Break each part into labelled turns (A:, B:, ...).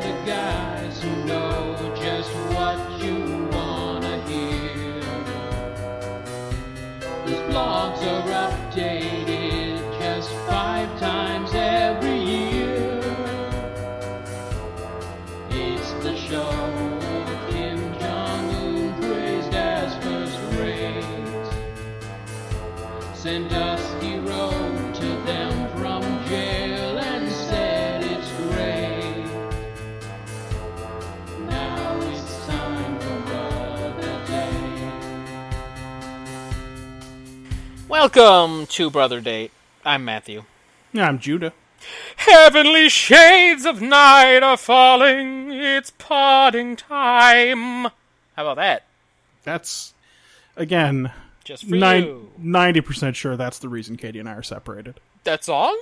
A: the guys who know just what you wanna hear. These blogs are updated just five times every year. It's the show of Kim Jong Un praised as first rate. Send Dusty Road to them from jail and said it's great. Now it's time for Brother Day.
B: Welcome to Brother Date. I'm Matthew.
C: Yeah, I'm Judah.
B: Heavenly shades of night are falling. It's parting time. How about that?
C: That's again
B: Just for you.
C: ninety percent sure that's the reason Katie and I are separated.
B: That song?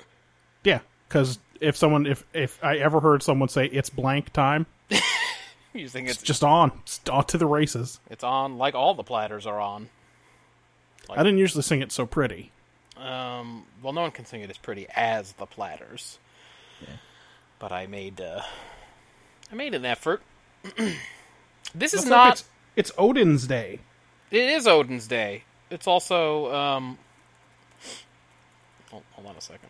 C: Yeah, because if someone if if I ever heard someone say it's blank time,
B: You think it's
C: it's just on, it's on to the races.
B: it's on like all the platters are on.
C: I didn't usually sing it so pretty.
B: Um, well, no one can sing it as pretty as the platters. But I made uh, I made an effort. this is
C: It's
B: not.
C: It's, it's Odin's day.
B: It is Odin's Day. It's also um. Hold, hold on a second.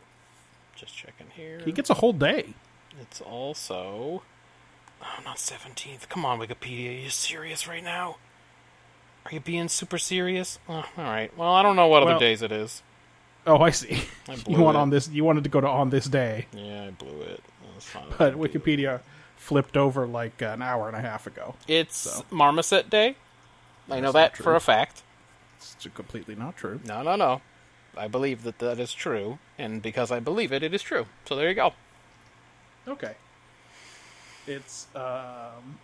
B: Just checking here.
C: He gets a whole day.
B: It's also. Oh, not 17th. Come on, Wikipedia. Are you serious right now? Are you being super serious? Oh, Alright. Well, I don't know what other
C: Well-
B: days it is.
C: Oh, I see.
B: I blew
C: You want
B: it.
C: on this? You wanted to go to on this day,
B: Yeah, I blew it. That's not
C: but Wikipedia flipped over like an hour and a half ago.
B: It's Marmoset Day. I know that for a fact.
C: It's completely not true.
B: No, no, no. I believe that that is true, and because I believe it, it is true. So there you go.
C: Okay. It's um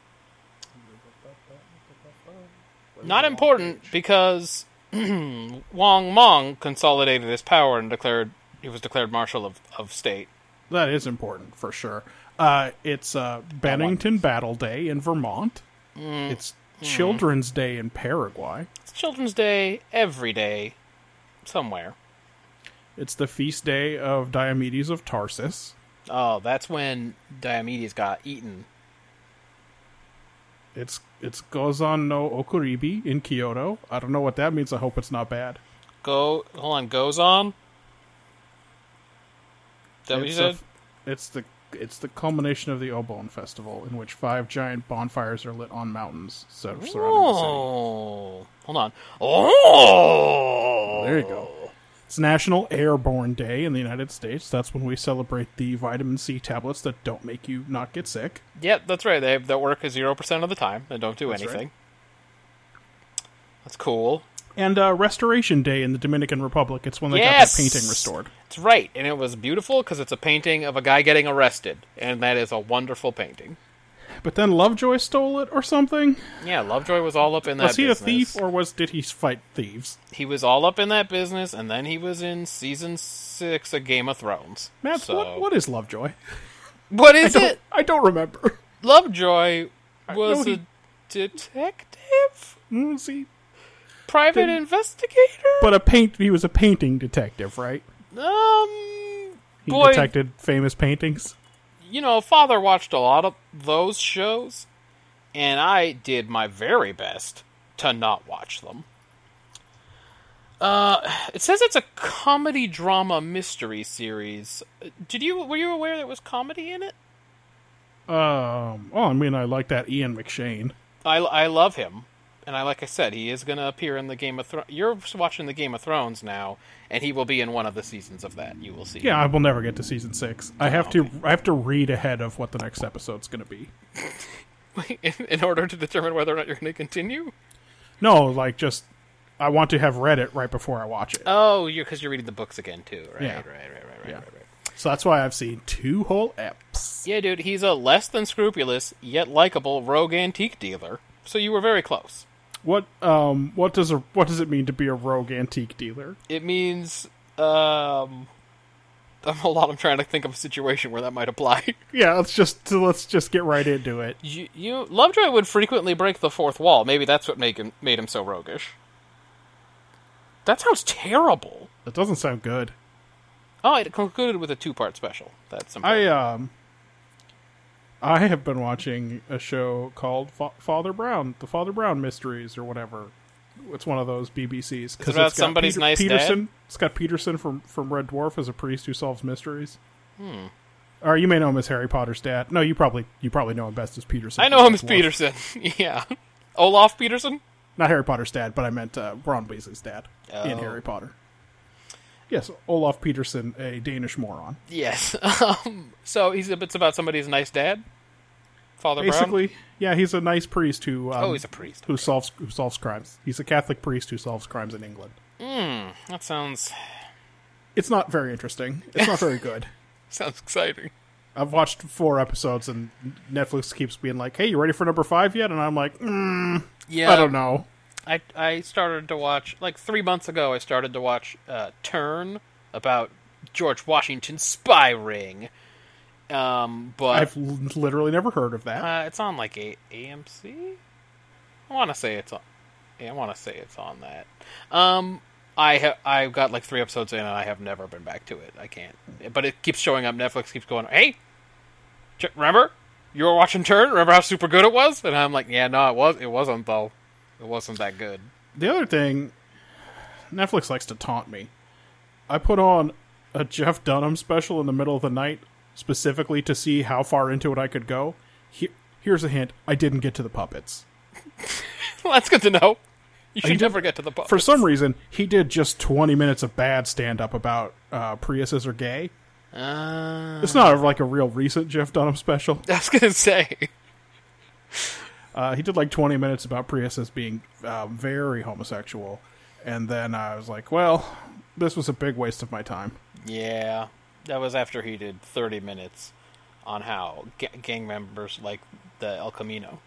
B: Not important because Wang Mong consolidated his power and declared he was declared marshal of, of state.
C: that is important for sure. Uh it's uh Bennington Battle Day in Vermont. It's Children's Day in Paraguay.
B: It's Children's Day every day, somewhere.
C: It's the feast day of Diomedes of Tarsus.
B: Oh, that's when Diomedes got eaten.
C: It's it's Gozan no Okuribi in Kyoto. I don't know what that means. I hope it's not bad.
B: Go, hold on, goes on. Is That what you
C: it's,
B: said?
C: A, it's the it's the culmination of the Obon Festival, in which five giant bonfires are lit on mountains so surrounding the city.
B: Oh, hold on. Oh,
C: There you go. It's National Airborne Day in the United States. That's when we celebrate the vitamin C tablets that don't make you not get sick.
B: Yep, that's right. They that work zero percent of the time and don't do
C: That's right.
B: anything. That's cool.
C: And uh, Restoration Day in the Dominican Republic. It's when they
B: Yes!
C: got their painting restored.
B: That's right, and it was beautiful because it's a painting of a guy getting arrested, and that is a wonderful painting.
C: But then Lovejoy stole it or something.
B: Yeah, Lovejoy was all up in that.
C: was he
B: business.
C: a thief or was did he fight thieves?
B: he was all up in that business, and then he was in season six of Game of Thrones.
C: Matt,
B: so.
C: what, what is Lovejoy?
B: what is
C: I don't-
B: it?
C: I don't remember.
B: Lovejoy was
C: know
B: a
C: he-
B: detective,
C: Mm, See,
B: private
C: Didn't-
B: investigator.
C: but a paint. He was a painting detective, right?
B: Um,
C: He
B: boy,
C: detected famous paintings.
B: you know, father watched a lot of those shows, and I did my very best to not watch them. Uh, it says it's a comedy drama mystery series. Did you were you aware there was comedy in it?
C: Um. Well, I mean, I like that Ian McShane.
B: I, I love him, and I like I said, he is going to appear in the Game of Thrones. You're watching the Game of Thrones now, and he will be in one of the seasons of that. You will see.
C: Yeah, I will never get to season six. I have to. I have to read ahead of what the next episode's going to be.
B: in, in order to determine whether or not you're going to continue.
C: No, like just I want to have read it right before I watch it.
B: Oh, you're because you're reading the books again too, right?
C: Yeah.
B: Right, right, right, right,
C: Yeah.
B: right, right.
C: So that's why I've seen two whole eps.
B: Yeah, dude, he's a less than scrupulous yet likable rogue antique dealer. So you were very close.
C: What um what does a what does it mean to be a rogue antique dealer?
B: It means um hold on. I'm trying to think of a situation where that might apply.
C: Yeah, let's just let's just get right into it.
B: You, you Lovejoy would frequently break the fourth wall. Maybe that's what made him made him so roguish. That sounds terrible.
C: That doesn't sound good.
B: Oh, it concluded with a two-part special. That's
C: I
B: important.
C: um I have been watching a show called Fa- Father Brown, the Father Brown Mysteries or whatever. It's one of those BBCs because
B: about somebody's nice dad?
C: Peterson. It's got Peterson from from Red Dwarf as a priest who solves mysteries. Hmm. Or you may know him as Harry Potter's dad. No, you probably you probably know him best as Peterson.
B: I,
C: from
B: know him
C: Red
B: as
C: Dwarf.
B: Peterson. yeah, Olaf Peterson.
C: Not Harry Potter's dad, but I meant uh, Ron Weasley's dad in
B: Oh.
C: Harry Potter. Yes, Olaf Peterson, a Danish moron.
B: Yes. Um, so he's it's about somebody's nice dad, Father Brown.
C: Basically, yeah, he's a nice priest who um,
B: Oh, he's a priest.
C: who solves who solves crimes. He's a Catholic priest who solves crimes in England.
B: That sounds
C: It's not very interesting. It's not very good.
B: sounds exciting.
C: I've watched four episodes and Netflix keeps being like, "Hey, you ready for number five yet?" And I'm like, mm,
B: Yeah,
C: "I don't know."
B: I I started to watch like three months ago. I started to watch uh, Turn about George Washington's spy ring. Um, but
C: I've l- literally never heard of that.
B: Uh, it's on like a- AMC. I want to say it's on. Yeah, I want to say it's on that. Um, I ha- I've got like three episodes in, and I have never been back to it. I can't, but it keeps showing up. Netflix keeps going. Hey, ch- remember you were watching Turn? Remember how super good it was? And I'm like, yeah, no, it was. It wasn't though. It wasn't that good.
C: The other thing, Netflix likes to taunt me. I put on a Jeff Dunham special in the middle of the night specifically to see how far into it I could go. He- here's a hint: I didn't get to the puppets.
B: well, that's good to know. You
C: you
B: should never get to the book.
C: for some reason he did just 20 minutes of bad stand-up about uh, priuses are gay
B: Uh,
C: it's not like a real recent jeff dunham special
B: I was gonna say.
C: uh, he did like 20 minutes about priuses being uh, very homosexual and then i was like well this was a big waste of my time
B: Yeah, that was after he did 30 minutes on how ga- gang members like the El Camino.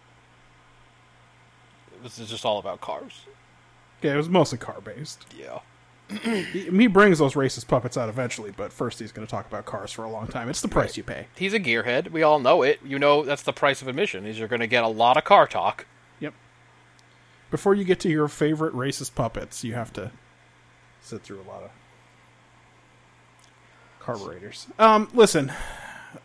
B: It was just all about cars.
C: yeah it was mostly car based
B: Yeah.
C: he, he brings those racist puppets out eventually but first he's going to talk about cars for a long time it's the price you pay
B: He's a gearhead. We all know it. You know that's the price of admission. Is you're going to get a lot of car talk.
C: yep before you get to your favorite racist puppets you have to sit through a lot of carburetors. Um, listen,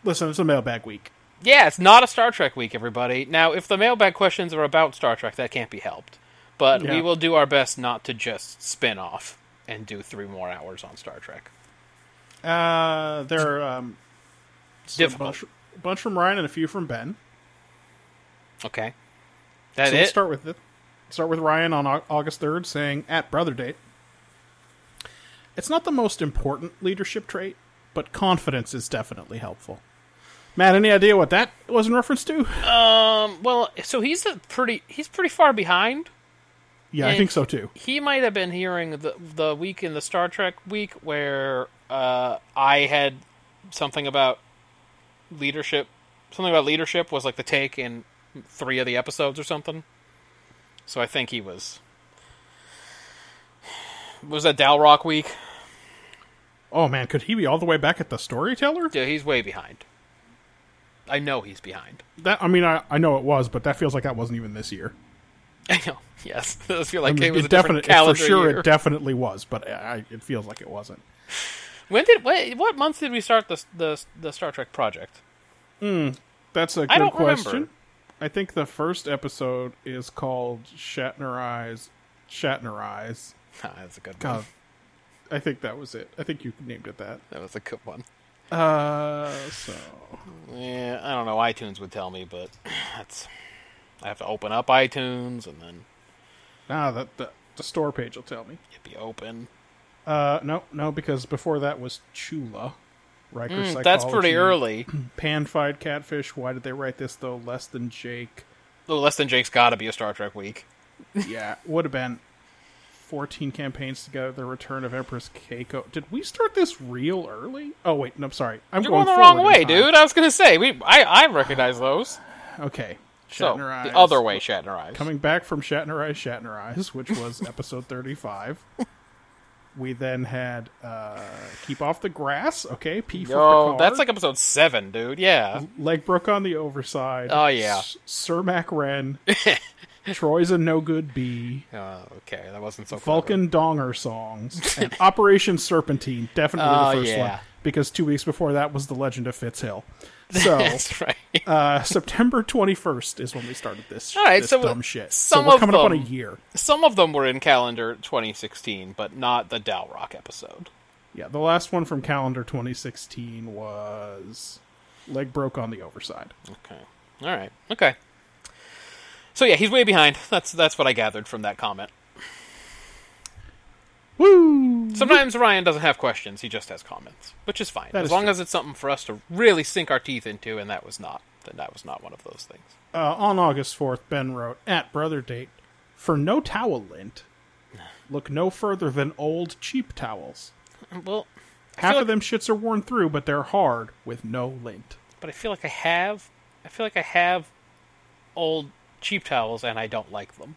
C: listen, it's a mailbag week.
B: Yeah, it's not a Star Trek week, everybody. Now, if the mailbag questions are about Star Trek, that can't be helped. But
C: Yeah.
B: we will do our best not to just spin off and do three more hours on Star Trek.
C: Uh, there are um, so a
B: Difficult.
C: bunch, a bunch from Ryan and a few from Ben.
B: Okay. That
C: So
B: it?
C: let's start with it. Start with Ryan on Au- August third, saying at brother date. It's not the most important leadership trait, but confidence is definitely helpful. Matt, any idea what that was in reference to?
B: Well, so he's a pretty he's pretty far behind.
C: Yeah, I
B: it-
C: think so too.
B: He might have been hearing the the week in the Star Trek week where uh, I had something about leadership. Something about leadership was like the take in three of the episodes or something. So I think he was. Was that Dalrock week?
C: Oh man, could he be all the way back at the storyteller?
B: Yeah, he's way behind. I know he's behind.
C: That I mean, I, I know it was, but that feels like that wasn't even this year.
B: I know. Yes, I feel like
C: I mean,
B: it was
C: it
B: a different
C: definite- it-
B: calendar
C: for sure
B: year.
C: it definitely was, but I, it feels like it wasn't.
B: when did what, what month did we start the the the Star Trek project?
C: That's a good
B: I don't
C: question.
B: remember.
C: I think the first episode is called Shatner Eyes. Shatner Eyes.
B: Ah, that's a good
C: God,
B: one.
C: I think that was it. I think you named it that.
B: That was a good one.
C: Uh, so
B: Yeah, I don't know. iTunes would tell me, but that's I have to open up iTunes and then
C: ah, that the, the store page will tell me.
B: it'd be open.
C: Uh, no, no, because before that was Chula. Riker Psychology.
B: Hmm, That's pretty early.
C: Pan-fried catfish. Why did they write this though? Less than Jake.
B: Little less than Jake's got to be a Star Trek week.
C: yeah, would have been 14 campaigns together. The Return of Empress Keiko. Did we start this real early? Oh wait, no, I'm sorry. I'm
B: You're going the
C: forward
B: wrong
C: in
B: way,
C: time.
B: dude. I was gonna say we. I I recognize those.
C: Okay,
B: So
C: Shatner Eyes.
B: the other way, Shatner Eyes.
C: Coming back from Shatner Eyes, Shatner Eyes, which was episode 35. We then had uh, Keep Off the Grass. Okay, P for
B: Yo,
C: Picard.
B: that's like episode seven, dude. Yeah.
C: Legbrook on the overside.
B: Oh, yeah.
C: S- Cermak Wren. Troy's a no good bee.
B: Oh, okay, that wasn't so. clever.
C: Vulcan Donger songs. And Operation Serpentine. Definitely
B: Oh,
C: the first
B: yeah.
C: one. Because two weeks before that was The Legend of Fitz Hill. So.
B: That's right.
C: Uh, September 21st is when we started this,
B: All right,
C: this
B: so
C: dumb shit.
B: some
C: so we're
B: of
C: coming up on a
B: them-
C: year.
B: Some of them were in calendar 2016, but not the Dalrock episode.
C: Yeah, the last one from calendar 2016 was leg broke on the overside.
B: Okay. All right. Okay. So yeah, he's way behind. That's that's what I gathered from that comment.
C: Woo!
B: Sometimes Ryan doesn't have questions; he just has comments, which is fine
C: That
B: as
C: is
B: long
C: true.
B: as it's something for us to really sink our teeth into. And that was not. Then that was not one of those things.
C: Uh, on August 4th, Ben wrote at brother date for no towel lint. Look no further than old cheap towels.
B: Well,
C: Half
B: feel
C: of them shits are worn through, but they're hard with no lint.
B: but I feel like I have. I feel like I have old cheap towels, and I don't like them.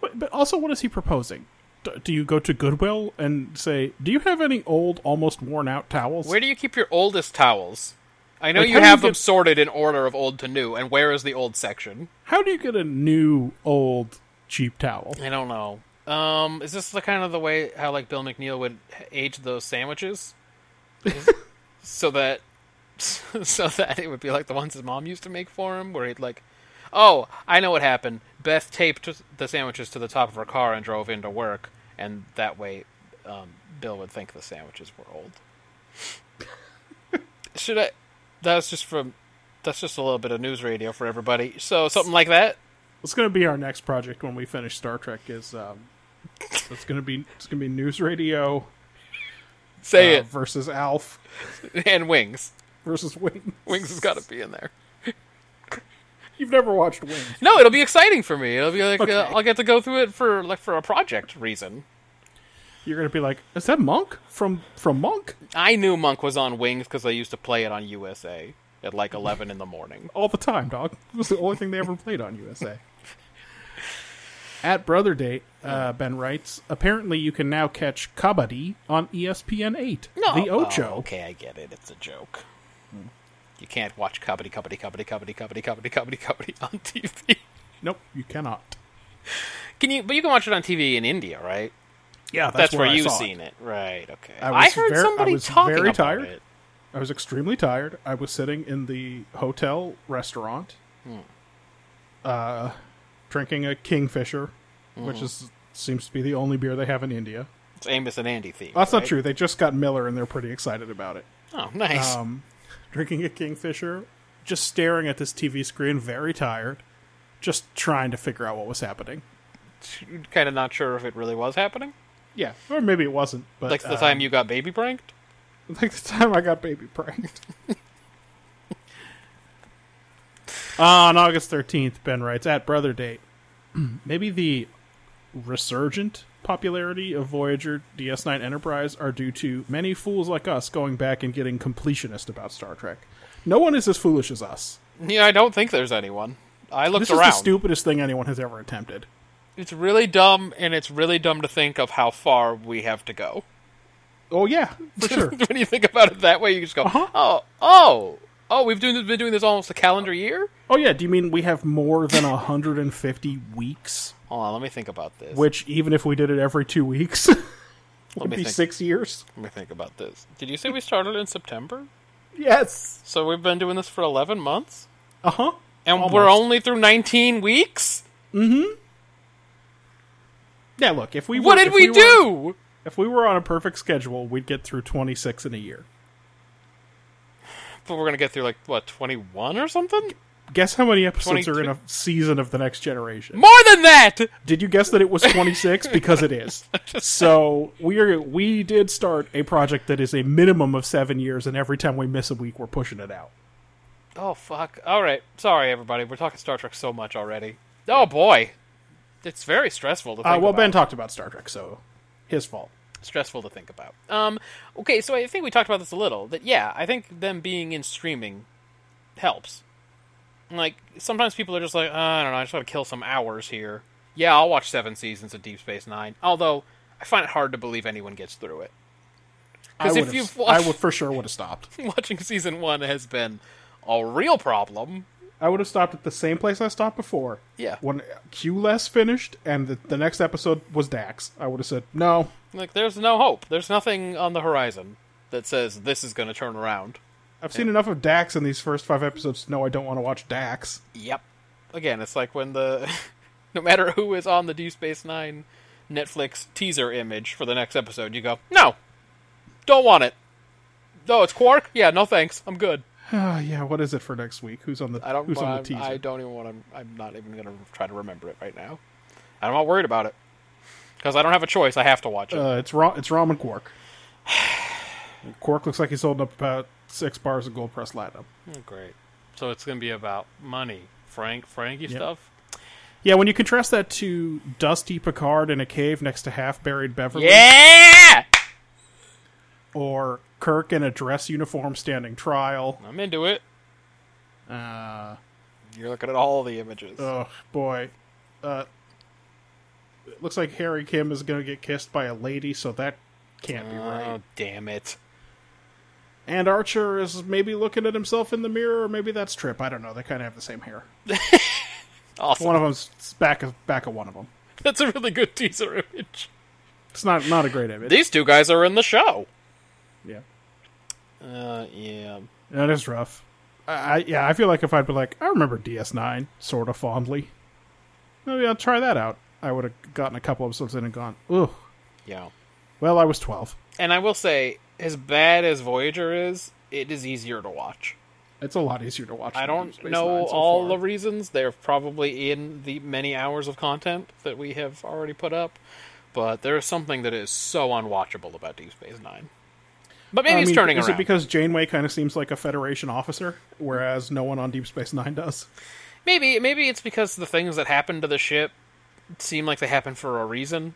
C: But, but also, what is he proposing? D- do you go to Goodwill and say, "Do you have any old, almost worn-out towels?"
B: Where do you keep your oldest towels? I know
C: Like,
B: you
C: how do
B: have
C: you
B: them
C: get-
B: sorted in order of old to new, and where is the old section?
C: How do you get a new old cheap towel?
B: I don't know. Um, is this the kind of the way how like Bill McNeil would h- age those sandwiches, Is- so that so that it would be like the ones his mom used to make for him, where he'd like, oh, I know what happened. Beth taped the sandwiches to the top of her car and drove into work, and that way, um, Bill would think the sandwiches were old. Should I? That's just from. That's just a little bit of news radio for everybody. So something like that.
C: It's going to be our next project when we finish Star Trek. Is um, it's going to be it's going to be news radio uh,
B: Say
C: versus Alf
B: it and wings.
C: versus Wing.
B: Wings has got to be in there.
C: You've never watched Wing.
B: No, it'll be exciting for me. It'll be like
C: Okay.
B: uh, I'll get to go through it for like for a project reason.
C: You're going to be like, is that Monk from from Monk?
B: I knew Monk was on Wings because I used to play it on USA at like eleven in the morning.
C: All the time, dog. It was the only thing they ever played on USA. At Brother Date, uh, Ben writes, apparently you can now catch Kabaddi on E ESPN 8. the Ocho.
B: Oh, okay, I get it. It's a joke. You can't watch comedy, comedy, comedy, comedy, comedy, comedy, comedy, comedy on TV.
C: Nope, you cannot.
B: Can you? But you can watch it on TV in India, right?
C: Yeah,
B: That's, where,
C: I
B: you've
C: saw
B: seen it. right? Okay.
C: I
B: I,
C: was
B: heard
C: ver- I
B: somebody
C: was
B: talking
C: very
B: about
C: tired.
B: it.
C: I was extremely tired. I was sitting in the hotel restaurant,
B: Hmm.
C: uh, drinking a Kingfisher, which
B: Hmm.
C: is seems to be the only beer they have in India.
B: It's Amos and Andy theme.
C: That's not
B: right?
C: true. They just got Miller, and they're pretty excited about it.
B: Oh, nice.
C: Um, drinking a Kingfisher, just staring at this TV screen, very tired, just trying to figure out what was happening.
B: kind of not sure if it really was happening.
C: Yeah, or maybe it wasn't. But
B: Like the
C: um,
B: time you got baby pranked.
C: like the time I got baby pranked. On August 13th, Ben writes at Brother Date. Maybe the resurgent popularity of Voyager, DS9, Enterprise are due to many fools like us going back and getting completionist about Star Trek. No one is as foolish as us.
B: Yeah, I don't think there's anyone. I looked
C: This is
B: around.
C: the stupidest thing anyone has ever attempted.
B: it's really dumb, and it's really dumb to think of how far we have to go.
C: Oh yeah, for sure. Uh-huh.
B: when you think about it that way, you just go, oh, oh, oh, we've doing, been doing this almost a calendar year.
C: Oh yeah, do you mean we have more than 150 weeks?
B: Hold on, let me think about this.
C: Which even if we did it every 2 weeks, would
B: me
C: be
B: think.
C: 6 years.
B: let me think about this. Did you say we started in September?
C: Yes.
B: So we've been doing this for eleven months,
C: Uh huh.
B: and we're only through nineteen weeks.
C: Yeah. Look, if we
B: What
C: were,
B: did
C: if
B: we,
C: were-
B: do?
C: if we were on a perfect schedule, we'd get through twenty six in a year.
B: But we're gonna get through like what twenty one or something?
C: Guess how many episodes are in
B: 22.
C: a season of the Next Generation?
B: More than that.
C: Did you guess that it was twenty six? because it is. So we are we did start a project that is a minimum of seven years, and every time we miss a week, we're pushing it out.
B: Oh fuck! All right, sorry everybody. We're talking Star Trek so much already. Oh boy, it's very stressful to think.
C: Uh, well,
B: about.
C: Ben talked about Star Trek, so his fault.
B: stressful to think about. Um, okay, so I think we talked about this a little. That yeah, I think them being in streaming helps. Like sometimes people are just like, "Uh, I don't know, I just got to kill some hours here. Yeah, I'll watch seven seasons of Deep Space Nine. Although I find it hard to believe anyone gets through it.
C: I
B: 'Cause if
C: would've-
B: you've
C: I
B: watched-
C: would for sure would have stopped.
B: Watching season one has been a real problem.
C: I would have stopped at the same place I stopped before.
B: Yeah.
C: When Q less finished and the, the next episode was Dax, I would have said, no,
B: Like, there's no hope. There's nothing on the horizon that says this is going to turn around.
C: I've seen enough of Dax in these first five episodes to know I don't want to watch Dax.
B: Yep. Again, it's like when the no matter who is on the D Space Nine Netflix teaser image for the next episode, you go, no, don't want it. No, it's Quark. Yeah, no thanks. I'm good.
C: Ah, yeah, what is it for next week? Who's on the
B: I don't.
C: who's on the
B: I,
C: teaser?
B: I don't even want to. I'm not even going to try to remember it right now. I'm not worried about it because I don't have a choice. I have to watch it.
C: Uh, it's Rom it's Rom and Quark. Quark looks like he's holding up about six bars of gold pressed latinum.
B: Great. So it's going to be about money, Frank, Frankie stuff.
C: Yeah, when you contrast that to Dusty Picard in a cave next to half buried Beverly
B: Yeah,
C: or Kirk in a dress uniform standing trial.
B: I'm into it.
C: Uh
B: You're looking at all the images.
C: Oh boy, uh, it looks like Harry Kim is going to get kissed by a lady, so that can't be right.
B: oh damn it!
C: And Archer is maybe looking at himself in the mirror, or maybe that's Trip. I don't know. They kind of have the same hair.
B: Awesome.
C: One of them's back of back of one of them.
B: That's a really good teaser image.
C: It's not not a great image.
B: These two guys are in the show.
C: yeah,
B: Uh, yeah.
C: that is rough. I, I yeah, I feel like if I'd been like, I remember DS9 sort of fondly. Maybe I'll try that out. I would have gotten a couple episodes in and gone, ugh.
B: Yeah.
C: Well, I was twelve.
B: And I will say, as bad as Voyager is, it is easier to watch.
C: It's a lot easier to watch.
B: I
C: than
B: don't
C: Deep Space
B: know
C: Nine so
B: all
C: far.
B: the reasons. They're probably in the many hours of content that we have already put up, but there is something that is so unwatchable about Deep Space Nine. But maybe
C: I
B: it's
C: mean,
B: turning
C: is
B: around.
C: it because Janeway kind of seems like a Federation officer, whereas no one on Deep Space Nine does?
B: Maybe maybe it's because the things that happen to the ship seem like they happen for a reason,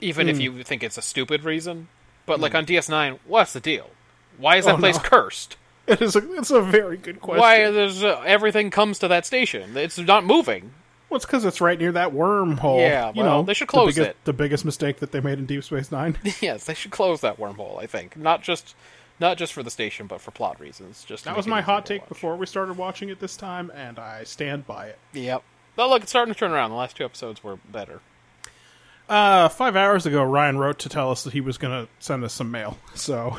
B: even
C: Hmm.
B: if you think it's a stupid reason. But like on DS9, what's the deal? Why is that
C: Oh,
B: place
C: no.
B: cursed?
C: It is. A, it's a very good question.
B: Why there's uh, everything comes to that station? It's not moving.
C: Well, it's because it's right near that wormhole.
B: Yeah,
C: you
B: well,
C: know
B: they should
C: the
B: close
C: biggest-
B: it.
C: The biggest mistake that they made in Deep Space Nine.
B: yes, they should close that wormhole. I think not just not just for the station, but for plot reasons. Just to
C: that
B: make
C: was
B: it
C: my
B: easier
C: hot
B: to
C: take
B: watch.
C: before we started watching it this time, and I stand by it.
B: Yep. But look, it's starting to turn around. The last two episodes were better.
C: Uh, five hours ago, Ryan wrote to tell us that he was going to send us some mail. So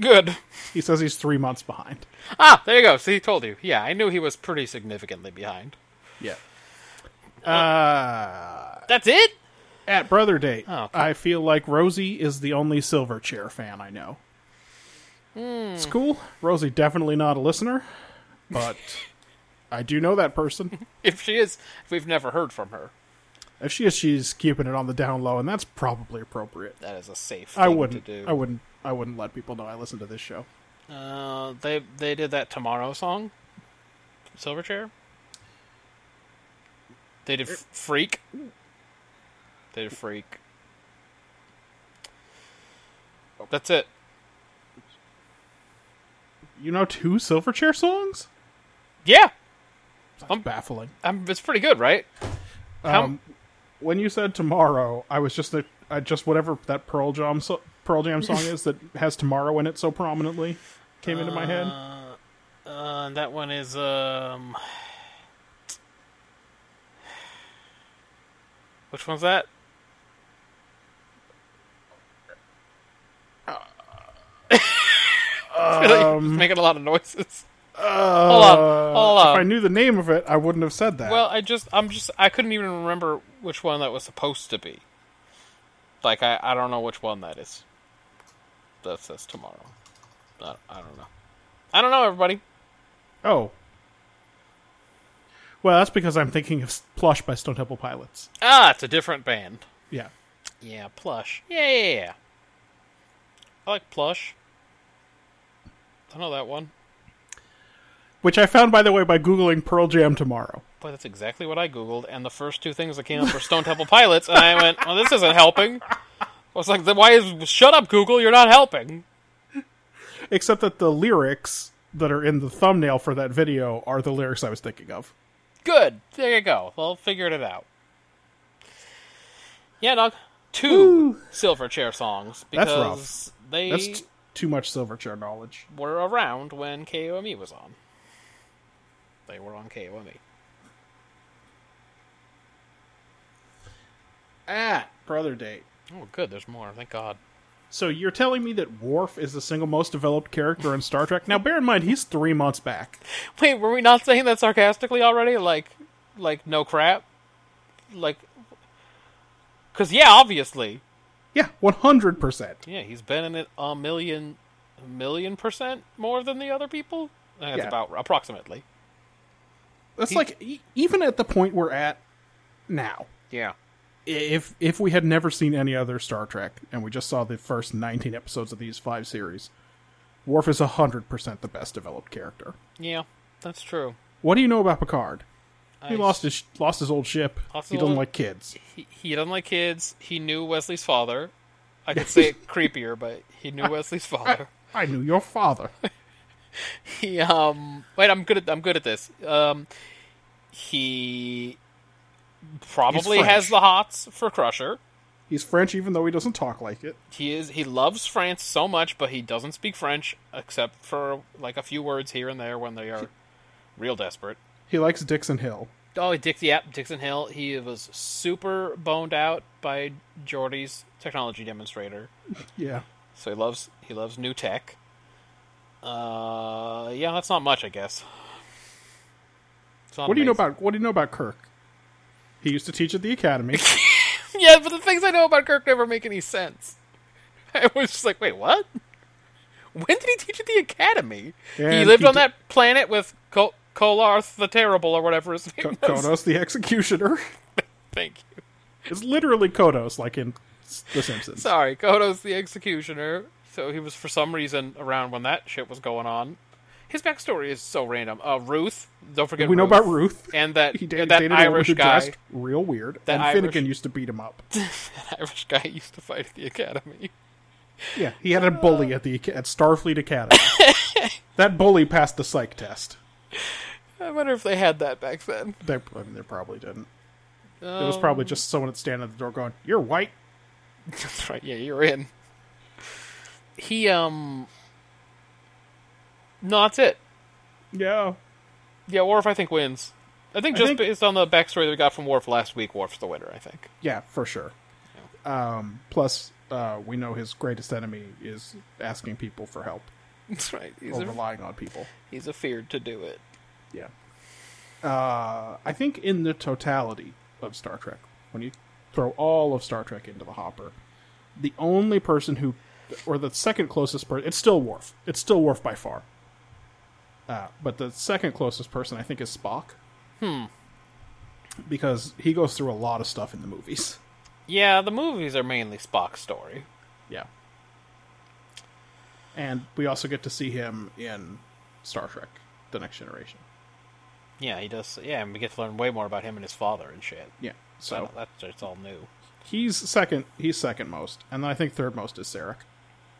B: Good.
C: he says he's three months behind.
B: Ah, there you go. See, he told you. Yeah, I knew he was pretty significantly behind.
C: Yeah. Uh,
B: That's it.
C: At Brother Date,
B: Oh, okay.
C: I feel like Rosie is the only silver chair fan I know.
B: Hmm.
C: It's cool. Rosie definitely not a listener, but I do know that person.
B: If she is, we've never heard from her.
C: If she is, she's keeping it on the down low, and that's probably appropriate.
B: That is a safe. Thing
C: I wouldn't.
B: To do.
C: I wouldn't. I wouldn't let people know I listen to this show.
B: Uh, they they did that tomorrow song, Silverchair. They did F- Freak. They did Freak. That's it.
C: You know two Silverchair songs?
B: Yeah,
C: I'm baffling.
B: I'm, it's pretty good, right? How-
C: Um, when you said tomorrow, I was just the, I just whatever that Pearl Jam so, Pearl Jam song is that has tomorrow in it so prominently came into my head.
B: Uh, that one is um. Which one's that?
C: Uh,
B: It's really- it's making a lot of noises. hold on, hold
C: um, uh, If I
B: on.
C: knew the name of it, I wouldn't have said that.
B: well, I just, I'm just, I couldn't even remember which one that was supposed to be. Like, I, I don't know which one that is. That says tomorrow. I, I don't know. I don't know, everybody.
C: oh, well, that's because I'm thinking of Plush by Stone Temple Pilots.
B: Ah, it's a different band.
C: Yeah,
B: Yeah, plush. Yeah, yeah, yeah. I like plush. I know that one.
C: which I found by the way by googling Pearl Jam tomorrow.
B: Boy, that's exactly what I googled, and the first two things that came up were Stone Temple Pilots, and I went, "Well, this isn't helping." I was like, "Then "Why is shut up, Google? You're not helping."
C: Except that the lyrics that are in the thumbnail for that video are the lyrics I was thinking of.
B: Good. There you go. Well, figured it out. Yeah, dog. two Silverchair songs
C: That's rough.
B: because they
C: That's t- too much Silverchair knowledge.
B: were around when KOME E was on. They were on KOME.
C: Ah, brother date.
B: Oh, good. There's more. Thank God.
C: So you're telling me that Worf is the single most developed character in Star Trek? Now, bear in mind, he's three months back.
B: Wait, were we not saying that sarcastically already? Like, like no crap. Like, because yeah, obviously,
C: Yeah, 100%.
B: yeah, he's been in it a million, a million percent more than the other people. That's
C: Yeah.
B: about approximately.
C: That's like, e- even at the point we're at now,
B: Yeah.
C: if if we had never seen any other Star Trek and we just saw the first 19 episodes of these five series, Worf is 100% the best developed character.
B: Yeah, that's true.
C: What do you know about Picard? He
B: I-
C: lost his sh- lost his old ship.
B: Lost
C: he
B: his
C: doesn't
B: old-
C: like kids.
B: He, he doesn't like kids. He knew Wesley's father. I could say it creepier, but he knew Wesley's father.
C: I knew your father.
B: he um wait i'm good at i'm good at this um he probably
C: He's French.
B: has the hots for crusher
C: He's French, even though he doesn't talk like it.
B: he is he loves france so much but he doesn't speak french except for like a few words here and there when they are real desperate
C: He likes Dixon Hill.
B: oh Dix, yeah, dixon hill he was super boned out by Geordie's technology demonstrator
C: Yeah,
B: so he loves he loves new tech uh yeah that's not much i guess It's not
C: What do you know
B: amazing.
C: about What do you know about Kirk? He used to teach at the academy.
B: Yeah, but the things I know about Kirk never make any sense. I was just like, wait, what? When did he teach at the academy? he
C: And
B: lived
C: he
B: on
C: d-
B: that planet with Kol- Kolarth the Terrible or whatever his
C: Ko-
B: name was.
C: Kodos the executioner.
B: Thank you.
C: It's literally Kodos, like in S- The Simpsons.
B: Sorry, Kodos the Executioner. So he was for some reason around when that shit was going on. His backstory is so random. Uh, Ruth, don't forget
C: we know about Ruth.
B: and that
C: He dated,
B: that
C: dated a woman
B: Irish
C: who
B: guy.
C: dressed real weird,
B: That
C: and
B: Irish-
C: Finnegan used to beat him up.
B: Irish guy used to fight at the academy.
C: Yeah, he had a bully at the at Starfleet Academy. that bully passed the psych test.
B: I wonder if they had that back then.
C: They, I mean, they probably didn't. It was
B: Um.
C: probably just someone that's standing at the door going, "You're white."
B: That's right. Yeah, you're in. He um. No, that's it.
C: Yeah,
B: Yeah, Worf I think wins. I think
C: I
B: just
C: think-
B: based on the backstory that we got from Worf last week, Worf's the winner. I think.
C: yeah, for sure. Um, plus, uh, we know his greatest enemy is asking people for help
B: That's right. He's
C: or
B: a,
C: relying on people.
B: he's afeared to do it.
C: Yeah. Uh, I think in the totality of Star Trek, when you throw all of Star Trek into the hopper, the only person who, or the second closest person, it's still Worf. It's still Worf by far. Uh, but the second closest person, I think, is Spock. Hmm. Because he goes through a lot of stuff in the movies.
B: Yeah, the movies are mainly Spock's story.
C: Yeah. And we also get to see him in Star Trek: The Next Generation.
B: Yeah, he does. Yeah, and we get to learn way more about him and his father and shit.
C: Yeah.
B: So
C: So
B: that's it's all new.
C: He's second. He's second most, and then I think third most is Sarek.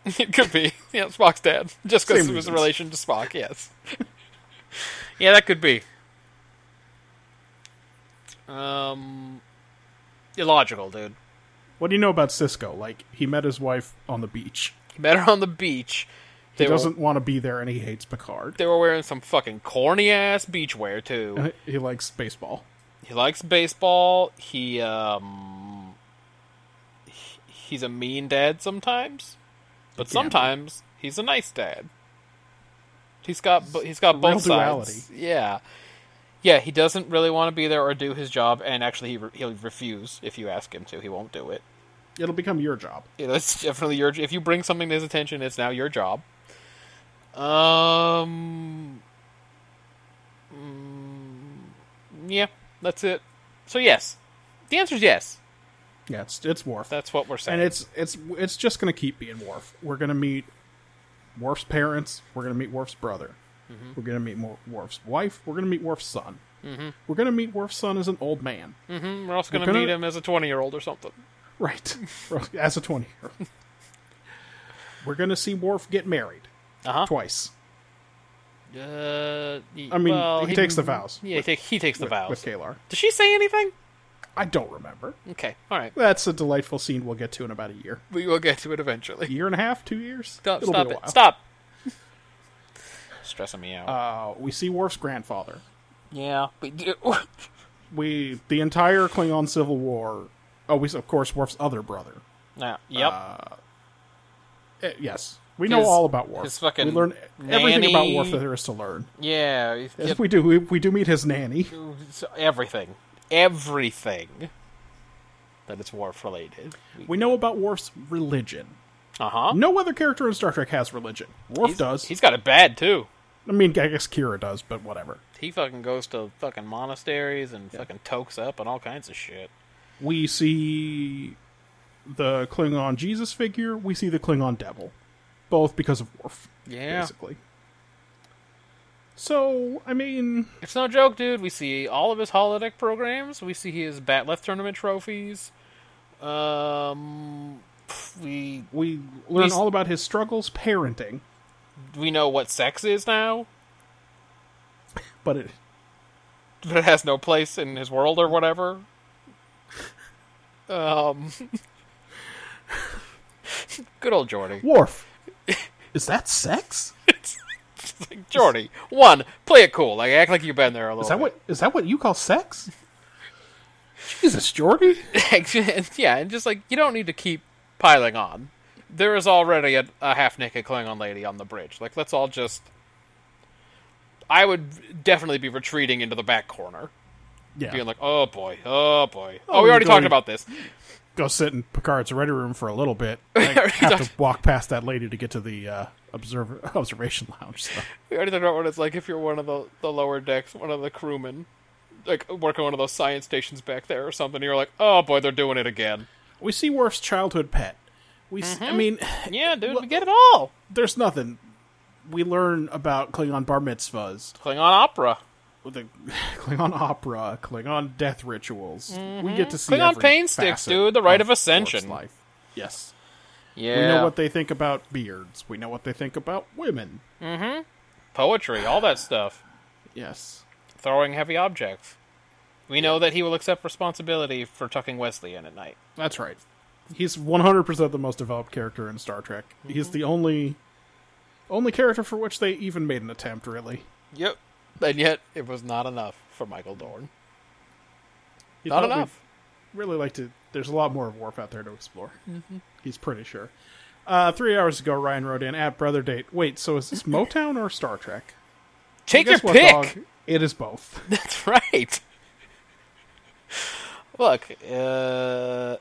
B: it could be. Yeah, Spock's dad. Just because
C: Same
B: of his
C: reasons.
B: relation to Spock, yes. yeah, that could be. Um, illogical, dude.
C: What do you know about Cisco? Like he met his wife on the beach.
B: He met her on the beach. They
C: He doesn't
B: Were,
C: want to be there, and he hates Picard.
B: they were wearing some fucking corny ass beachwear too.
C: Uh, He likes baseball.
B: He likes baseball. He um, he- he's a mean dad sometimes, but
C: Yeah.
B: sometimes he's a nice dad. He's got bo- he's got
C: Real
B: both sides.
C: duality.
B: Yeah, yeah. He doesn't really want to be there or do his job, and actually he re- he'll refuse if you ask him to. He won't do it.
C: It'll become your job.
B: You know, it's definitely your. If you bring something to his attention, it's now your job. Um. mm, Yeah, that's it. So yes, the answer is yes.
C: Yeah, it's it's Worf,
B: That's what we're saying.
C: and it's it's it's just going to keep being Worf. We're going to meet Worf's parents. We're going to meet Worf's brother.
B: Mm-hmm.
C: We're going to meet Mor- Worf's wife. We're going to meet Worf's son. We're going to meet Worf's son as an old man.
B: Mhm, we're also going to
C: gonna-
B: meet him as a twenty-year-old or something.
C: Right. As a 20 year old. We're going to see Worf get married
B: Uh-huh.
C: twice
B: Uh, y-
C: I mean,
B: well,
C: he takes the vows
B: Yeah, Uh, he, take, he takes the
C: with,
B: vows.
C: with Kalar.
B: Does she say anything?
C: I don't remember.
B: Okay, all right.
C: That's a delightful scene we'll get to in about a year.
B: We will get to it eventually.
C: A year and a half, two years?
B: Stop!
C: It'll
B: stop
C: be a
B: it!
C: while.
B: Stop! Stressing me out.
C: Uh, we see Worf's grandfather.
B: yeah, we do.
C: We the entire Klingon Civil War. Oh, we of course Worf's other brother.
B: Nah, yep.
C: Uh, Eh, yes, we know
B: His-
C: all about Worf.
B: his fucking
C: we learn everything about
B: nanny.
C: Worf that there is to learn.
B: yeah, we-
C: Yes, we do. We, we do meet his nanny.
B: so everything, everything that is warp related.
C: We know about Worf's religion.
B: Uh huh.
C: No other character in Star Trek has religion. Worf does.
B: He's got it bad too.
C: I mean, I guess Kira does, but whatever.
B: He fucking goes to fucking monasteries and fucking tokes up and all kinds of shit.
C: We see the Klingon Jesus figure. We see the Klingon devil, both because of Worf,
B: Yeah.
C: basically. So I mean,
B: It's no joke, dude. We see all of his holodeck programs. We see his Batleth tournament trophies. Um, we
C: we learn
B: s-
C: all about his struggles parenting,
B: we know what sex is now,
C: but it,
B: but it has no place in his world or whatever. Um, good old Jordy.
C: Worf, is that sex?
B: It's like, Jordy, one, play it cool. Like act like you've been there a little.
C: Is that
B: bit.
C: what is that what you call sex? Jesus, Jordy.
B: And- yeah, and just like you don't need to keep piling on. There is already a, a half-naked Klingon lady on the bridge. Like, let's all just. I would definitely be retreating into the back corner,
C: Yeah,
B: being like, "Oh boy, oh boy, oh,
C: Oh,
B: we already
C: you're
B: talked
C: going-
B: about this."
C: go sit in Picard's ready room for a little bit. I have to walk past that lady to get to the uh, observer observation lounge. So.
B: We already talked about what it's like if you're one of the the lower decks, one of the crewmen, like working one of those science stations back there or something. And you're like, "Oh boy, they're doing it again."
C: We see Worf's childhood pet. We, s I I mean,
B: Yeah, dude, we
C: Well-
B: get it all.
C: there's nothing. We learn about Klingon bar mitzvahs,
B: Klingon opera,
C: the Klingon opera, Klingon death rituals. We get to see
B: Mm-hmm. Klingon
C: every
B: pain sticks,
C: facet
B: dude, the rite of
C: Worf's
B: ascension.
C: Life. Yes,
B: yeah,
C: we know what they think about beards. We know what they think about women.
B: poetry, all that stuff.
C: Yes,
B: throwing heavy objects. We know that he will accept responsibility for tucking Wesley in at night.
C: that's right. He's 100% the most developed character in Star Trek. He's the only only character for which they even made an attempt, really.
B: Yep. And yet, it was not enough for Michael Dorn.
C: You
B: Not
C: thought we'd
B: enough.
C: really like to. There's a lot more of Warp out there to explore. He's pretty sure. Uh, three hours ago, Ryan wrote in at brother date. Wait, so is this Motown or Star Trek?
B: Take your
C: Guess
B: pick.
C: what, dog? It is both.
B: That's right. Look, uh,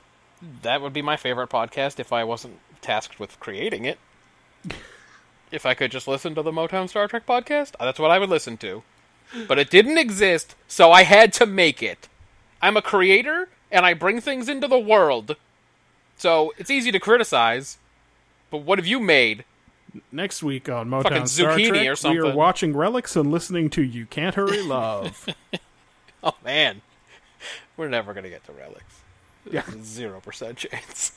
B: that would be my favorite podcast if I wasn't tasked with creating it. if I could just listen to the Motown Star Trek podcast, that's what I would listen to. But it didn't exist, so I had to make it. I'm a creator, and I bring things into the world. So it's easy to criticize, but what have you made?
C: Next week on Motown
B: Fucking
C: Star
B: zucchini
C: Trek,
B: or
C: we
B: something.
C: are watching Relics and listening to "You Can't Hurry Love."
B: Oh, man. We're never going to get to relics.
C: yeah,
B: Zero percent chance.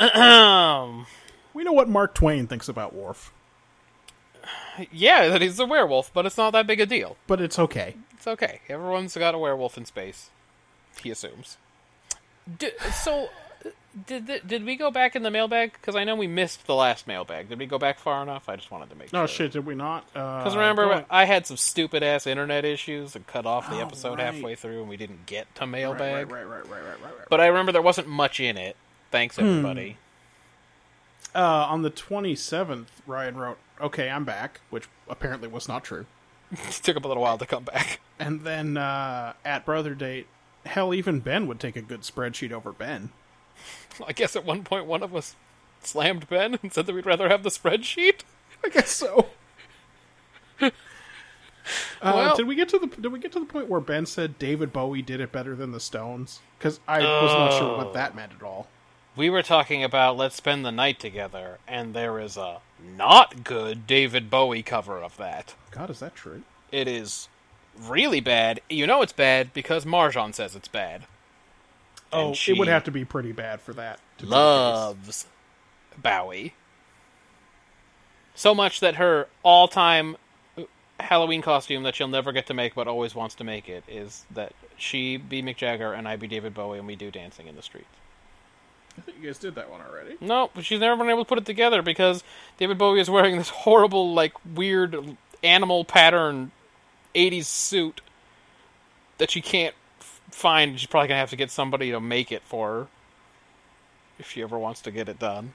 B: Ahem.
C: we know what Mark Twain thinks about Worf,
B: yeah, that he's a werewolf, but it's not that big a deal.
C: but it's okay.
B: It's okay. Everyone's got a werewolf in space. He assumes. D- so, uh, did th- did we go back in the mailbag? Because I know we missed the last mailbag. Did we go back far enough? I just wanted to make
C: No
B: sure.
C: shit, Uh, did we not?
B: Because remember, I had some stupid ass internet issues and cut off the
C: Oh,
B: episode
C: right.
B: halfway through, and we didn't get to
C: right,
B: mailbag.
C: right, right, right, right, right, right.
B: But I remember there wasn't much in it.
C: Hmm.
B: Thanks, everybody.
C: Uh, on the 27th, Ryan wrote, "Okay, I'm back," which apparently was not true.
B: Took up a little while to come back.
C: And then uh, at brother date, hell, even Ben would take a good spreadsheet over Ben.
B: I guess at one point one of us slammed Ben and said that we'd rather have the spreadsheet.
C: I guess so. Uh,
B: Well-
C: did we get to the Did we get to the point where Ben said David Bowie did it better than the Stones? Because I was not sure what that meant at all.
B: We were talking about let's spend the night together, and there is a not good David Bowie cover of that.
C: God, is that true?
B: It is really bad. You know it's bad because Marjan says it's bad.
C: Oh,
B: And she
C: it would have to be pretty bad for that. To be the case.
B: loves Bowie so much that her all-time Halloween costume that she'll never get to make, but always wants to make it, is that she be Mick Jagger and I be David Bowie, and we do dancing in the streets.
C: I think you guys did that one already.
B: No, but she's never been able to put it together because David Bowie is wearing this horrible, like, weird animal pattern 80s suit that she can't f- find. She's probably going to have to get somebody to make it for her if she ever wants to get it done.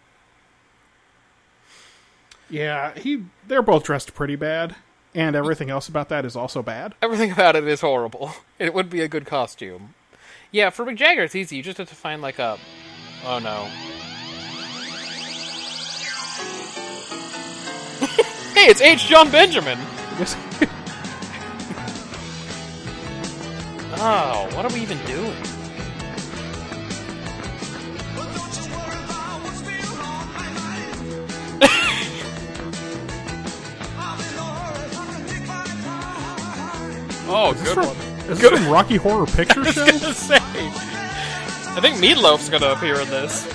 C: Yeah, he. They're both dressed pretty bad, and everything else about that is also bad.
B: Everything about it is horrible. It would be a good costume. Yeah, for Mick Jagger, it's easy. You just have to find, like, a. Oh no. hey, it's H. John Benjamin!
C: Yes.
B: Oh, what are we even doing? Oh,
C: Is this from, is this from Rocky Horror Picture Show?
B: gonna say. I think Meatloaf's gonna appear in this.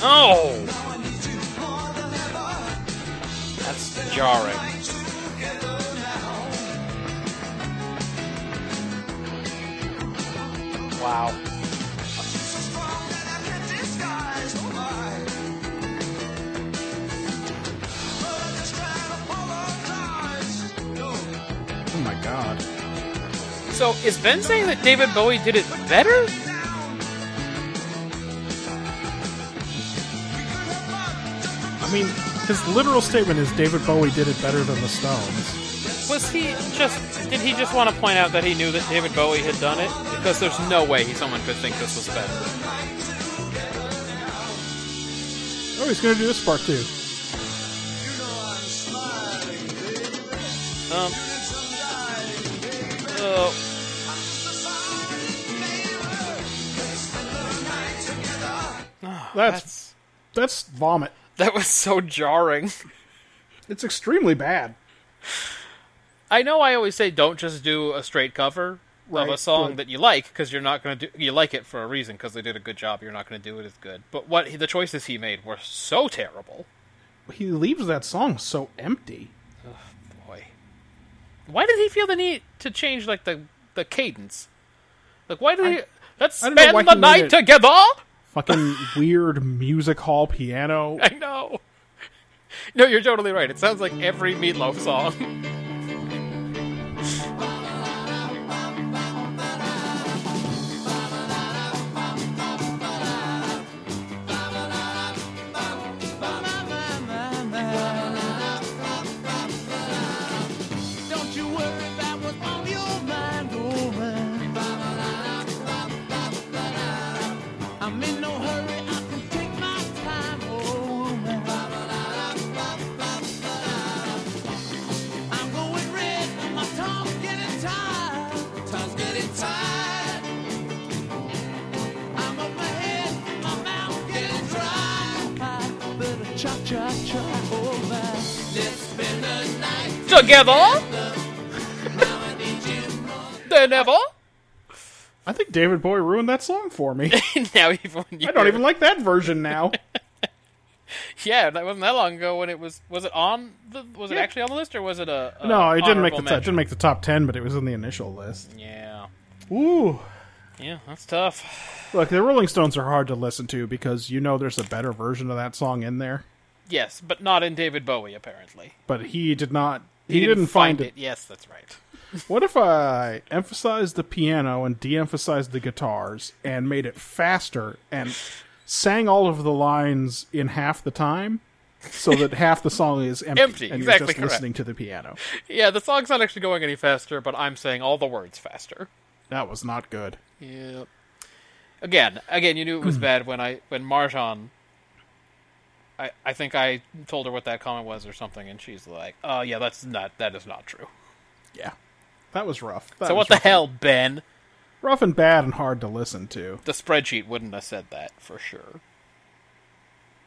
B: oh! That's jarring. Wow.
C: Oh my god.
B: So, is Ben saying that David Bowie did it better?
C: I mean, his literal statement is David Bowie did it better than the Stones.
B: Was he just? Did he just want to point out that he knew that David Bowie had done it? Because there's no way he, someone could think this was better.
C: Oh, he's gonna do this part too.
B: Um. Uh,
C: That's
B: that's
C: that's vomit.
B: that was so jarring.
C: It's extremely bad.
B: I know I always say don't just do a straight cover
C: Right,
B: of a song
C: but-
B: that you like because you're not going to do you like it for a reason because they did a good job. You're not going to do it as good. But what he- the choices he made were so terrible.
C: He leaves that song so empty.
B: Boy, why did he feel the need to change like the the cadence? Like why did he? Let's
C: I don't know
B: spend
C: why
B: the
C: he made
B: night
C: it-
B: together.
C: Fucking weird music hall piano.
B: I know. No, you're totally right. It sounds like every Meatloaf song.
A: Don't you worry about what's on your mind, oh man. I'm in no hurry, I can take my time, oh man. I'm going red, and my tongue's getting tired. Tongue's getting tired. I'm up my head, my mouth getting dry. Better cha cha cha, oh man. Let's spend the night.
B: together. Than ever.
C: I think David Bowie ruined that song for me.
B: now even when you
C: I don't even like that version now.
B: Yeah, that wasn't that long ago when it was. Was it on the? Was it actually on the list or was it a? a
C: No, it didn't make the
B: honorable
C: top, didn't make the top ten, but it was in the initial list.
B: mention? Yeah,
C: Ooh.
B: yeah, that's tough.
C: Look, the Rolling Stones are hard to listen to because you know there's a better version of that song in there,
B: Yes, but not in David Bowie apparently.
C: but he did not. He, didn't, find, it.
B: Yes, that's right.
C: What if I emphasized the piano and de-emphasized the guitars and made it faster and sang all of the lines in half the time, so that half the song is empty,
B: Empty,
C: and
B: exactly
C: you're just
B: correct.
C: listening to the piano?
B: Yeah, the song's not actually going any faster, but I'm saying all the words faster.
C: That was not good.
B: Yep. Again, again, you knew it was bad when I when Marjan. I I think I told her what that comment was or something, and she's like, "Oh yeah, that's not that is not true."
C: Yeah, that was rough. That
B: so
C: was
B: what the
C: rough.
B: hell, Ben?
C: Rough and bad and hard to listen to.
B: The spreadsheet wouldn't have said that for sure.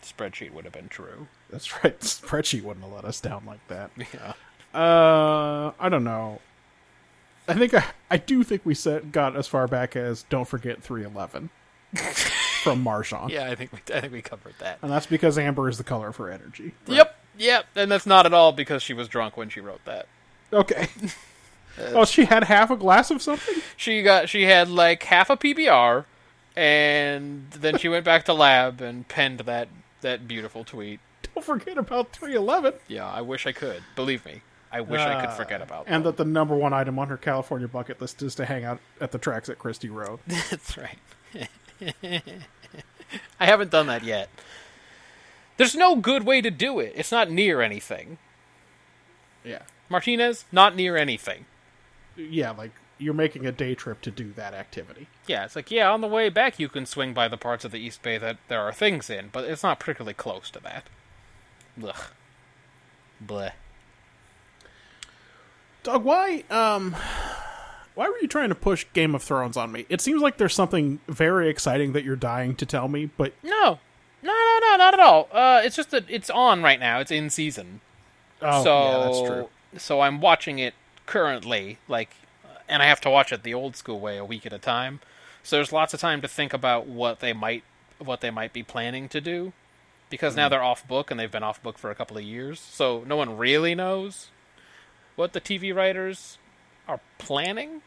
B: Spreadsheet would have been true.
C: That's right. Spreadsheet wouldn't have let us down like that.
B: Yeah.
C: Uh, I don't know. I think I, I do think we set, got as far back as don't forget 311 from Marchand.
B: Yeah, I think we, I think we covered that.
C: And that's because amber is the color for energy.
B: Yep, yep, and that's not at all because she was drunk when she wrote that.
C: Okay. oh, she had half a glass of something?
B: She got she had like half a PBR, and then she went back to lab and penned that that beautiful tweet.
C: Don't forget about 311.
B: Yeah, I wish I could. Believe me, I wish I could forget about.
C: And
B: that.
C: that the number one item on her California bucket list is to hang out at the tracks at Christie Road.
B: That's right. I haven't done that yet. There's no good way to do it. It's not near anything.
C: Yeah.
B: Martinez, not near anything.
C: Yeah, like you're making a day trip to do that activity.
B: Yeah, it's like, yeah, on the way back you can swing by the parts of the East Bay that there are things in, but it's not particularly close to that. Ugh. Bleh.
C: Doug, why um why were you trying to push Game of Thrones on me? It seems like there's something very exciting that you're dying to tell me, but
B: No. No, no, no, not at all. Uh, it's just that it's on right now. It's in season.
C: oh,
B: so
C: yeah, that's true.
B: so I'm watching it currently, like, and I have to watch it the old school way, a week at a time. So there's lots of time to think about what they might what they might be planning to do, because
C: Mm-hmm.
B: now they're off book and they've been off book for a couple of years. So no one really knows what the TV writers are planning.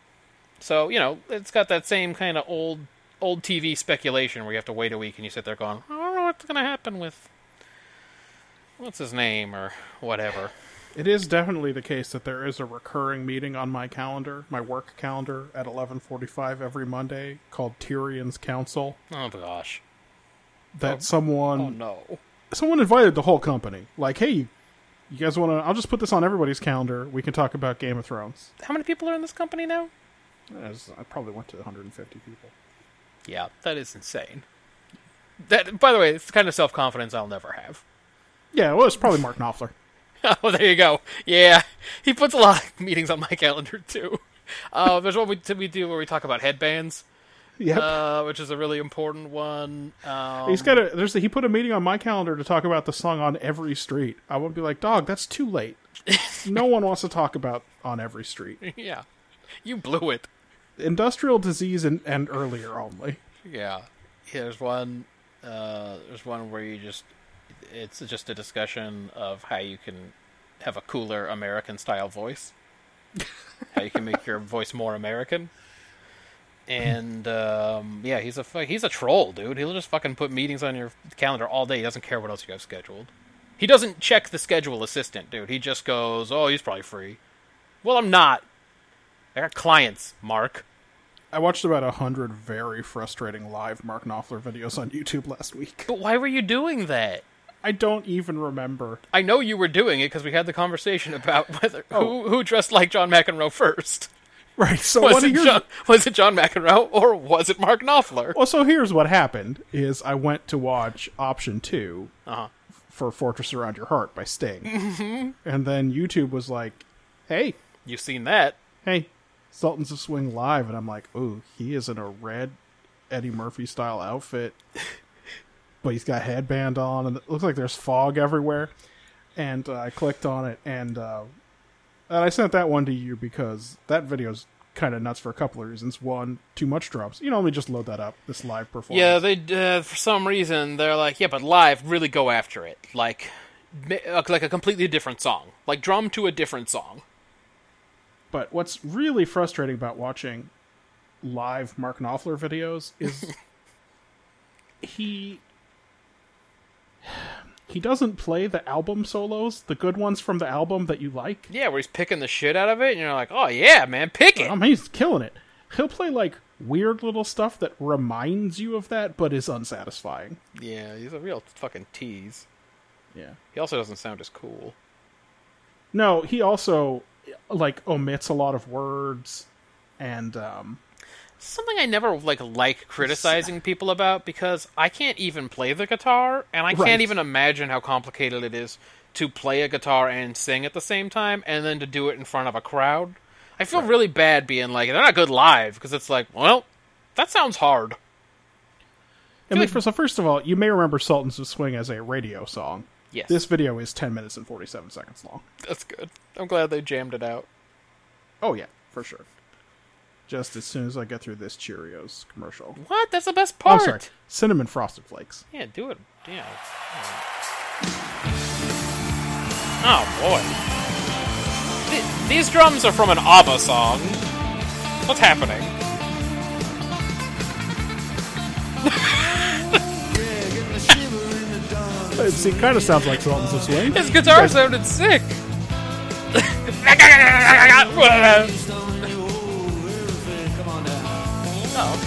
B: So you know, it's got that same kind of old old TV speculation where you have to wait a week and you sit there going, I don't know what's going to happen with what's his name or whatever.
C: It is definitely the case that there is a recurring meeting on my calendar, my work calendar, at 11:45 every Monday called Tyrion's Council.
B: Oh gosh.
C: That someone
B: Oh no.
C: someone invited the whole company. Like, hey, you, you guys want to? I'll just put this on everybody's calendar. We can talk about Game of Thrones.
B: How many people are in this company now?
C: As I probably went to 150 people.
B: Yeah, that is insane. That by the way, it's the kind of self confidence I'll never have.
C: Yeah, well, it's probably Mark Knopfler.
B: Oh, there you go. Yeah, he puts a lot of meetings on my calendar too. Uh, there's one we, we do where we talk about headbands,
C: Yep.
B: uh, which is a really important one. Um,
C: He's got a there's a, he put a meeting on my calendar to talk about the song on every street. I would be like, dog, that's too late. no one wants to talk about on every street.
B: yeah, you blew it.
C: Industrial disease and, and earlier only.
B: Yeah. yeah there's one. Uh, there's one where you just. It's just a discussion of how you can have a cooler American style voice. how you can make your voice more American. And um, yeah, he's a fu- he's a troll, dude. He'll just fucking put meetings on your calendar all day. He doesn't care what else you have scheduled. He doesn't check the schedule assistant, dude. He just goes, "Oh, he's probably free." Well, I'm not. I got clients, Mark.
C: I watched about a hundred very frustrating live Mark Knopfler videos on YouTube last week.
B: But why were you doing that?
C: I don't even remember.
B: I know you were doing it because we had the conversation about whether who who dressed like John McEnroe first.
C: Right. So
B: Was
C: one of
B: it,
C: your
B: John, was it John McEnroe or was it Mark Knopfler?
C: Well, so here's what happened: is I went to watch option 2
B: Uh-huh. Mm-hmm.
C: for "Fortress Around Your Heart" by Sting, and then YouTube was like, "Hey,
B: You've seen that?
C: hey, Sultans of Swing live," and I'm like, "Ooh, he is in a red Eddie Murphy style outfit, but he's got headband on, and it looks like there's fog everywhere." And uh, I clicked on it, and uh, and I sent that one to you because that video's kind of nuts for a couple of reasons. One, too much drops. You know, let me just load that up. This live performance.
B: Yeah, they uh, for some reason they're like, yeah, but live really go after it, like ma- uh, like a completely different song, like drum to a different song.
C: But what's really frustrating about watching live Mark Knopfler videos is he he doesn't play the album solos, the good ones from the album that you like.
B: Yeah, where he's picking the shit out of it, and you're like, oh yeah, man, pick it.
C: I mean, he's killing it. He'll play like weird little stuff that reminds you of that, but is unsatisfying.
B: yeah, he's a real fucking tease.
C: Yeah.
B: He also doesn't sound as cool.
C: No, he also like omits a lot of words and um
B: something I never like like criticizing people about because I can't even play the guitar and I
C: Right.
B: can't even imagine how complicated it is to play a guitar and sing at the same time and then to do it in front of a crowd. I feel really bad being like they're not good live because it's like, well, that sounds hard.
C: I mean, for, so first of all, you may remember Sultans of Swing as a radio song.
B: Yes.
C: This video is 10 minutes and 47 seconds long.
B: That's good. I'm glad they jammed it out.
C: Oh, yeah, for sure. just as soon as I get through this Cheerios commercial.
B: What? That's the best
C: Oh, I'm
B: part.
C: sorry, cinnamon frosted flakes.
B: Yeah, do it. Yeah. It's, Oh boy. Th- these drums are from an ABBA song. What's happening?
C: It kind of sounds like Sultans of Swing.
B: His guitar sounded sick. oh, okay.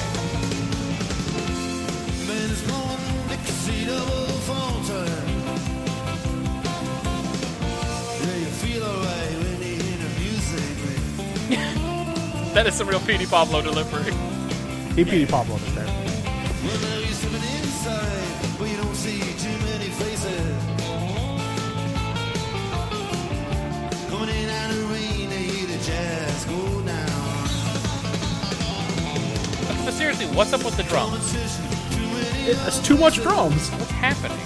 B: That is some real Petey Pablo delivery.
C: He Petey Pablo is there.
A: Coming in out of the rain, they hear the jazz go down.
B: But seriously, what's up with the drums?
C: It's too much drums.
B: What's happening?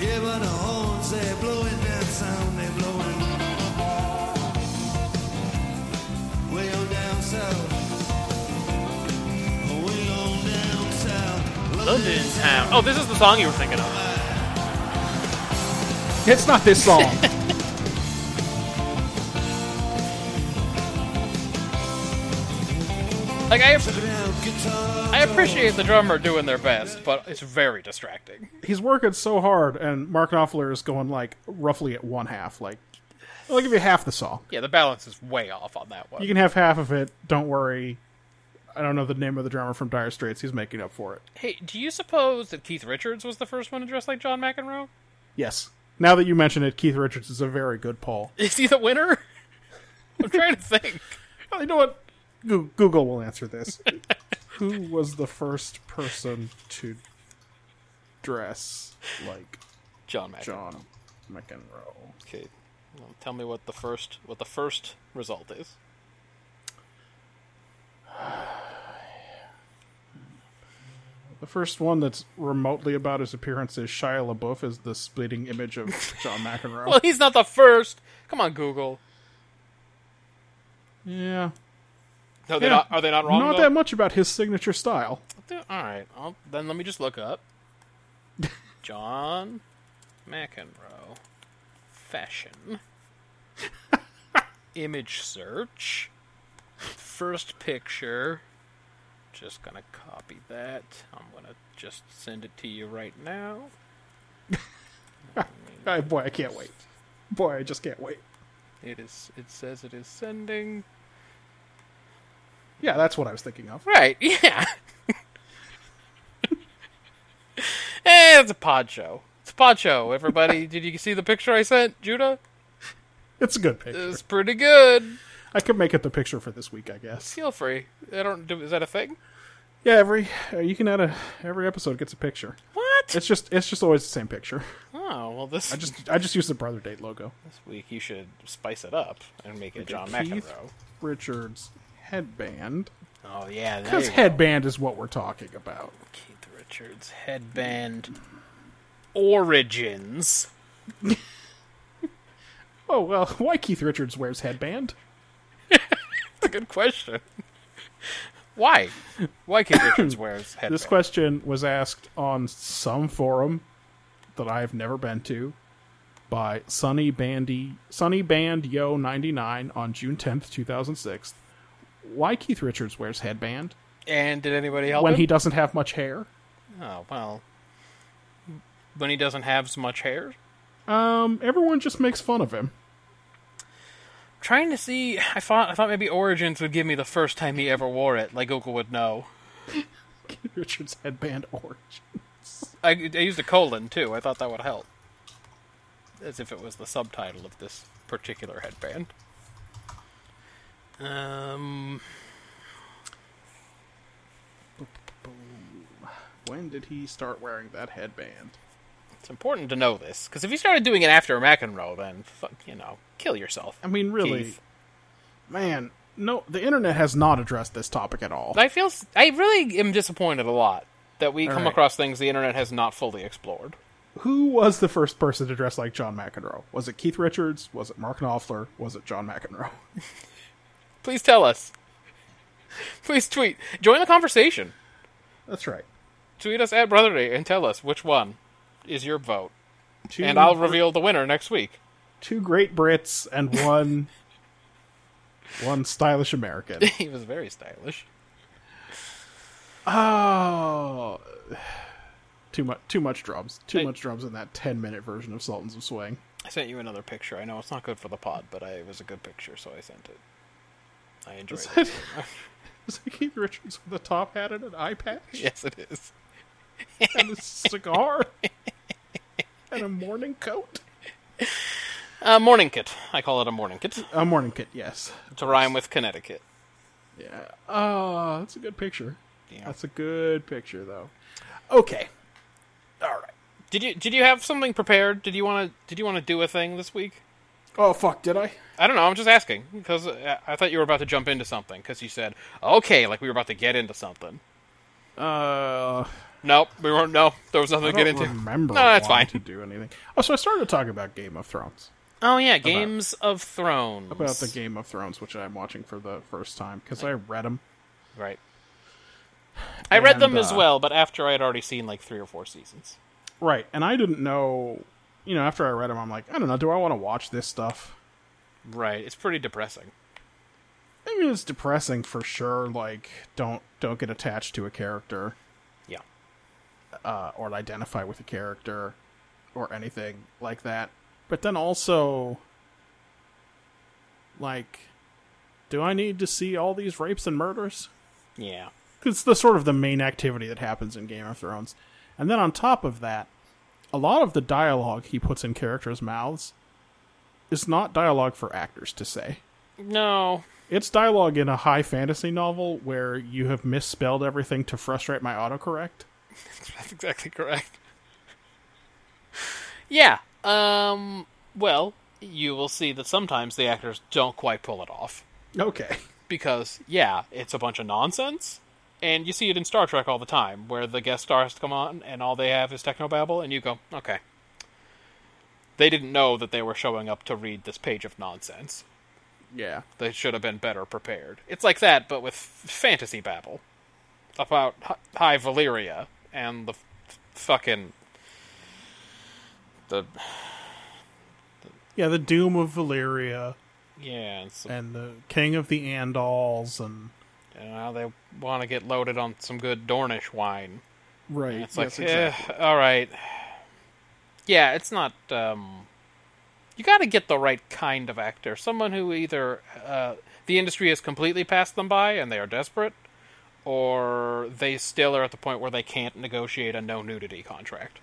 A: Yeah, but the horns, they're blowing that sound, they're blowing. Way on down south. Way on down south.
B: London town. Oh, this is the song you were thinking of.
C: It's not this song.
B: Like I, app-
A: Down guitar.
B: I appreciate the drummer doing their best, but it's very distracting.
C: He's working so hard, and Mark Knopfler is going like roughly at one half. Like, I'll give you half the song.
B: Yeah, the balance is way off on that one.
C: You can have half of it. Don't worry. I don't know the name of the drummer from Dire Straits. He's making up for it.
B: Hey, do you suppose that Keith Richards was the first one to dress like John McEnroe?
C: Yes. Now that you mention it, Keith Richards is a very good Paul.
B: Is he the winner? I'm trying to think.
C: Oh, you know what? Goo- Google will answer this. Who was the first person to dress like
B: John McEnroe.
C: John McEnroe?
B: Okay, well, tell me what the first what the first result is.
C: The first one that's remotely about his appearance is Shia LaBeouf is the splitting image of John McEnroe.
B: Well, he's not the first. Come on, Google.
C: yeah.
B: No, they
C: Yeah.
B: not, are they not wrong?
C: Not
B: though?
C: that much about his signature style.
B: Dude, All right, I'll, then let me just look up John McEnroe fashion image search first picture. Just gonna copy that. I'm gonna just send it to you right now.
C: I, boy, I can't wait. Boy, I just can't wait.
B: It is. It says it is sending.
C: Yeah, that's what I was thinking of.
B: Right. Yeah. eh, it's a pod show. It's a pod show. Everybody, did you see the picture I sent, Judah?
C: It's a good picture.
B: It's pretty good.
C: I could make it the picture for this week, I guess.
B: Feel free. I don't. Do, is that a thing?
C: Yeah, every uh, you can add a every episode gets a picture.
B: What?
C: It's just it's just always the same picture.
B: Oh well, this
C: I just I just use the brother date logo.
B: this week you should spice it up and make it John
C: Keith
B: McEnroe.
C: Richards headband
B: Oh yeah, there
C: because
B: you go.
C: headband is what we're talking about.
B: Keith Richards headband origins.
C: Oh well, why Keith Richards wears headband?
B: That's a good question. Why? Why Keith Richards wears headband?
C: This question was asked on some forum that I've never been to by Sunny Bandy Sunny Band Yo 99 on June 10th, 2006. Why Keith Richards wears headband
B: And did anybody help
C: when
B: him?
C: he doesn't have much hair?
B: Oh well. When he doesn't have as much hair.
C: Um, everyone just makes fun of him.
B: Trying to see, I thought I thought maybe Origins would give me the first time he ever wore it, like Google would know.
C: Keith Richards headband orange.
B: I, I used a colon too. I thought that would help, as if it was the subtitle of this particular headband. Um,
C: When did he start wearing that headband?
B: it's important to know this because if you started doing it after McEnroe, then fuck, you know, kill yourself.
C: I mean, really,
B: Keith.
C: man, no, the internet has not addressed this topic at all.
B: I feel s- I really am disappointed a lot that we come
C: right.
B: across things the internet has not fully explored.
C: Who was the first person to dress like John McEnroe? Was it Keith Richards? Was it Mark Knopfler? Was it John McEnroe?
B: Please tell us. Please tweet. Join the conversation.
C: That's right.
B: Tweet us at Brother Day and tell us which one is your vote.
C: Two,
B: And I'll reveal the winner next week.
C: two great Brits and one one stylish American.
B: He was very stylish.
C: Oh, too much too much drums. Too
B: Hey.
C: much drums in that 10 minute version of Sultans of Swing.
B: I sent you another picture. I know it's not good for the pod, but I, it was a good picture, so I sent it. I enjoyed
C: Is
B: it.
C: it, is it Keith Richards with a top hat and an eye patch
B: Yes, it is.
C: and a cigar and a morning coat?
B: Uh, morning kit. I call it a morning kit
C: A morning kit, yes.
B: to rhyme with Connecticut.
C: Yeah. Oh, that's a good picture.
B: Yeah.
C: That's a good picture, though. Okay. All right.
B: Did you did you have something prepared? Did you want to did you want to do a thing this week?
C: Oh fuck! Did I?
B: I don't know. I'm just asking because I I thought you were about to jump into something because you said okay, like we were about to get into something.
C: Uh,
B: Nope, we weren't. No, there was nothing
C: I
B: to get
C: don't
B: into.
C: remember.
B: No, that's fine.
C: wanting To do anything. Oh, so I started to talk about Game of Thrones.
B: Oh yeah, Games of Thrones.
C: About the Game of Thrones, which I'm watching for the first time because I read them.
B: Right. I read
C: And,
B: them as
C: uh,
B: well, but after I had already seen like three or four seasons.
C: Right, and I didn't know. You know, after I read them, I'm like, I don't know. Do I want to watch this stuff?
B: Right. It's pretty depressing.
C: I mean, it's depressing for sure. Like, don't don't get attached to a character.
B: Yeah.
C: uh, or identify with a character or anything like that. But then also, like, do I need to see all these rapes and murders?
B: Yeah.
C: It's the sort of the main activity that happens in Game of Thrones. And then on top of that, a lot of the dialogue he puts in characters' mouths is not dialogue for actors to say.
B: No.
C: It's dialogue in a high fantasy novel where you have misspelled everything to frustrate my autocorrect.
B: That's exactly correct. yeah. Um. Well, you will see that sometimes the actors don't quite pull it off
C: Okay.
B: because, yeah, it's a bunch of nonsense, and you see it in Star Trek all the time, where the guest stars come on and all they have is technobabble, and you go, okay. They didn't know that they were showing up to read this page of nonsense.
C: Yeah.
B: They should have been better prepared. It's like that, but with fantasy babble about Hi- High Valyria and the f- fucking the
C: Yeah, the Doom of Valyria
B: yeah, and, some,
C: and the King of the Andals and
B: and how they want to get loaded on some good Dornish wine.
C: right.
B: It's like, eh, all right, yeah, it's not. Um, you got to get the right kind of actor, someone who either uh, the industry has completely passed them by and they are desperate, or they still are at the point where they can't negotiate a no nudity contract,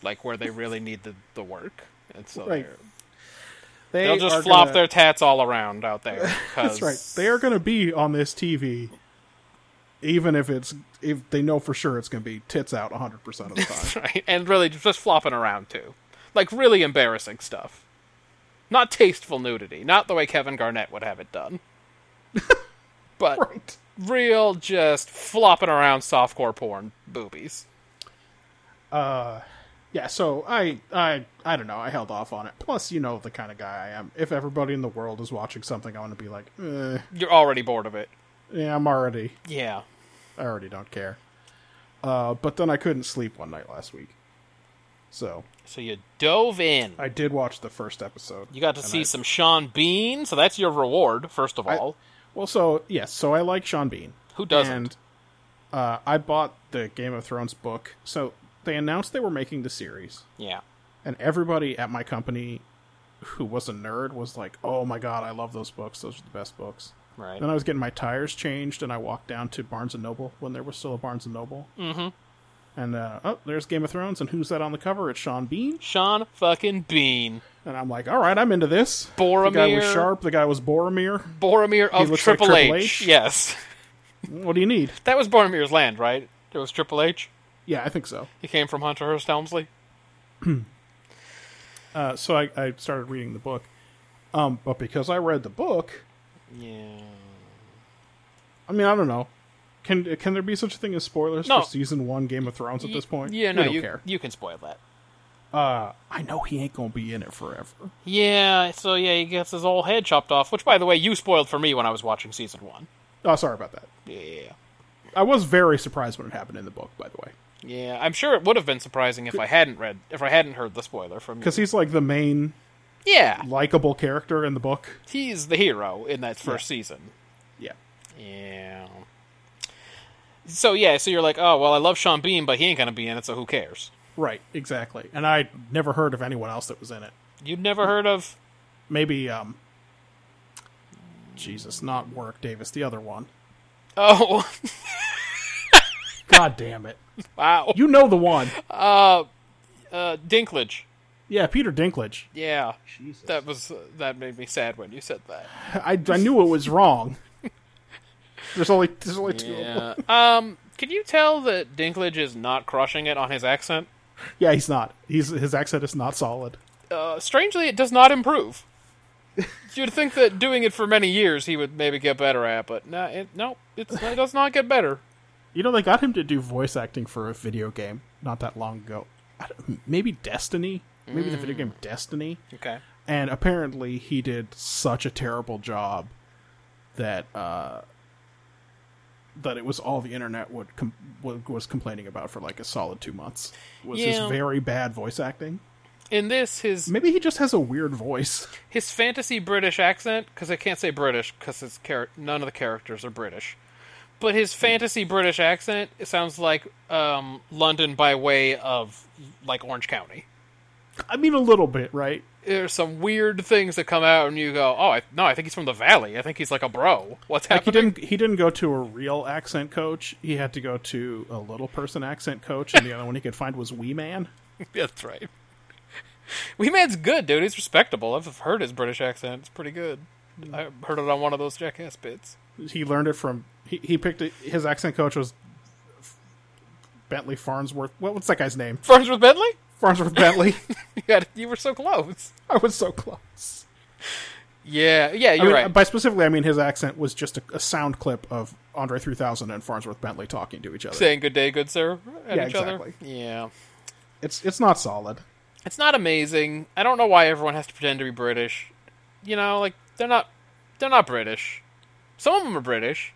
B: like where they really need the the work, and so
C: Right.
B: they're-
C: They
B: They'll just
C: are
B: flop
C: gonna-
B: their tats all around out there.
C: That's right. They are going to be on this TV, even if it's if they know for sure it's going to be tits out 100 percent of the time.
B: right, and really just flopping around too, like really embarrassing stuff. Not tasteful nudity, not the way Kevin Garnett would have it done, but
C: right.
B: real just flopping around softcore porn boobies.
C: Yeah. So I I I don't know. I held off on it. Plus, you know the kind of guy I am. If everybody in the world is watching something, I want to be like, eh,
B: You're already bored of it.
C: yeah, I'm already
B: Yeah,
C: I already don't care. Uh, but then I couldn't sleep one night last week, so
B: so you dove in.
C: I did watch the first episode.
B: You got to
C: and
B: see
C: I-
B: some Sean Bean, so that's your reward. First of all,
C: Well, so yes, so I like Sean Bean.
B: Who doesn't?
C: And uh, I bought the Game of Thrones book. So they announced they were making the series,
B: yeah,
C: and everybody at my company who was a nerd was like, "Oh my god, I love those books. Those are the best books."
B: right.
C: Then I was getting my tires changed, and I walked down to Barnes and Noble when there was still a Barnes and Noble. Mm-hmm. And uh, oh, there's Game of Thrones, and who's that on the cover? It's Sean Bean.
B: Sean fucking Bean.
C: And I'm like, "All right, I'm into this." The guy was
B: Boromir.
C: sharp. The guy was Boromir.
B: Boromir of
C: looks like
B: Triple,
C: Triple
B: H.
C: H.
B: Yes.
C: What do you need?
B: That was Boromir's land, right? It was Triple H.
C: Yeah, I think so.
B: He came from Hunter Hearst Helmsley.
C: Uh, so I, I started reading the book. Um, but because I read the book,
B: Yeah.
C: I mean, I don't know. Can can there be such a thing as spoilers
B: No.
C: for season one Game of Thrones at this point?
B: Yeah, no,
C: we don't
B: you
C: care.
B: you can spoil that.
C: uh, I know he ain't gonna be in it forever.
B: Yeah, so yeah, he gets his whole head chopped off, which, by the way, you spoiled for me when I was watching season one.
C: Oh, sorry about that.
B: Yeah.
C: I was very surprised when it happened in the book, by the way,
B: Yeah, I'm sure it would have been surprising if I hadn't read, if I hadn't heard the spoiler from you.
C: because he's like the main
B: Yeah,
C: likable character in the book.
B: he's the hero in that first season.
C: Yeah,
B: Yeah. So yeah, so you're like, oh well, I love Sean Bean, but he ain't gonna be in it, so who cares?
C: right, exactly. And I never heard of anyone else that was in it.
B: You'd never heard of
C: Maybe, um, Jesus, not Warwick Davis, the other one.
B: Oh
C: God damn it!
B: wow,
C: You know the one.
B: uh, Dinklage.
C: Yeah, Peter Dinklage.
B: Yeah, that was uh, that made me sad when you said that.
C: I, I knew it was wrong. There's only there's only two. of them.
B: Yeah. um, can you tell that Dinklage is not crushing it on his accent?
C: Yeah, he's not. He's his accent is not solid.
B: Uh, strangely, it does not improve. You'd think that doing it for many years, he would maybe get better at, but no, it, no, it's, it does not get better.
C: You know, they got him to do voice acting for a video game not that long ago. I don't- Maybe Destiny, maybe the
B: Mm.
C: video game Destiny,
B: Okay.
C: and apparently he did such a terrible job that uh, that it was all the internet would com- wa- was complaining about for like a solid two months. Was his
B: Yeah.
C: very bad voice acting?
B: In this, his
C: Maybe he just has a weird voice.
B: his fantasy British accent, because I can't say British because his char- none of the characters are British. But his fantasy British accent it sounds like um, London by way of like Orange County.
C: I mean, a little bit, right?
B: There's some weird things that come out, and you go, "Oh, I, no, I think he's from the Valley. I think he's like a bro. What's
C: Like he
B: happening?"
C: didn't he didn't go to a real accent coach. He had to go to a little person accent coach, and the other one he could find was Wee Man.
B: That's right. Wee Man's good, dude. He's respectable. I've heard his British accent. It's pretty good. I heard it on one of those jackass bits.
C: He learned it from he, he picked it, his accent coach was Bentley Farnsworth. What, what's that guy's name?
B: Friends with Bentley?
C: Farnsworth Bentley.
B: You, had, you were so close.
C: I was so close.
B: Yeah, yeah,
C: I
B: you're
C: mean,
B: right.
C: By specifically, I mean his accent was just a, a sound clip of Andre 3000 and Farnsworth Bentley talking to each other.
B: saying good day, good sir at
C: Yeah,
B: each other.
C: exactly.
B: Yeah.
C: It's it's not solid.
B: It's not amazing. I don't know why everyone has to pretend to be British. You know, like they're not they're not British. Some of them are British,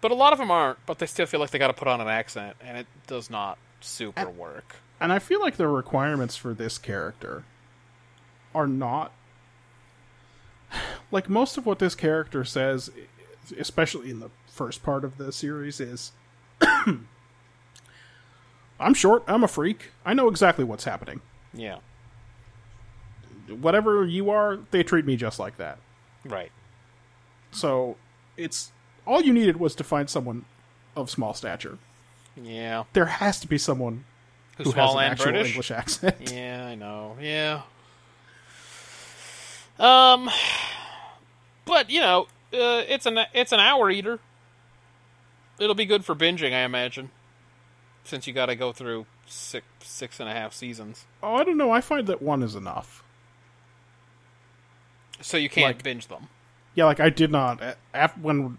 B: but a lot of them aren't, but they still feel like they got to put on an accent and it does not super work.
C: And I feel like the requirements for this character are not like most of what this character says, especially in the first part of the series, is I'm short, I'm a freak, I know exactly what's happening.
B: Yeah.
C: Whatever you are, they treat me just like that.
B: Right.
C: So it's all you needed was to find someone of small stature.
B: Yeah.
C: There has to be someone
B: Who's
C: who has
B: small
C: an
B: and
C: actual
B: British?
C: English accent.
B: Yeah, I know. Yeah. Um but, you know, uh, it's an it's an hour eater. It'll be good for binging, I imagine. Since you got to go through six six and a half seasons.
C: Oh, I don't know. I find that one is enough.
B: So you can't
C: Like-
B: binge them.
C: yeah like i did not a- af- when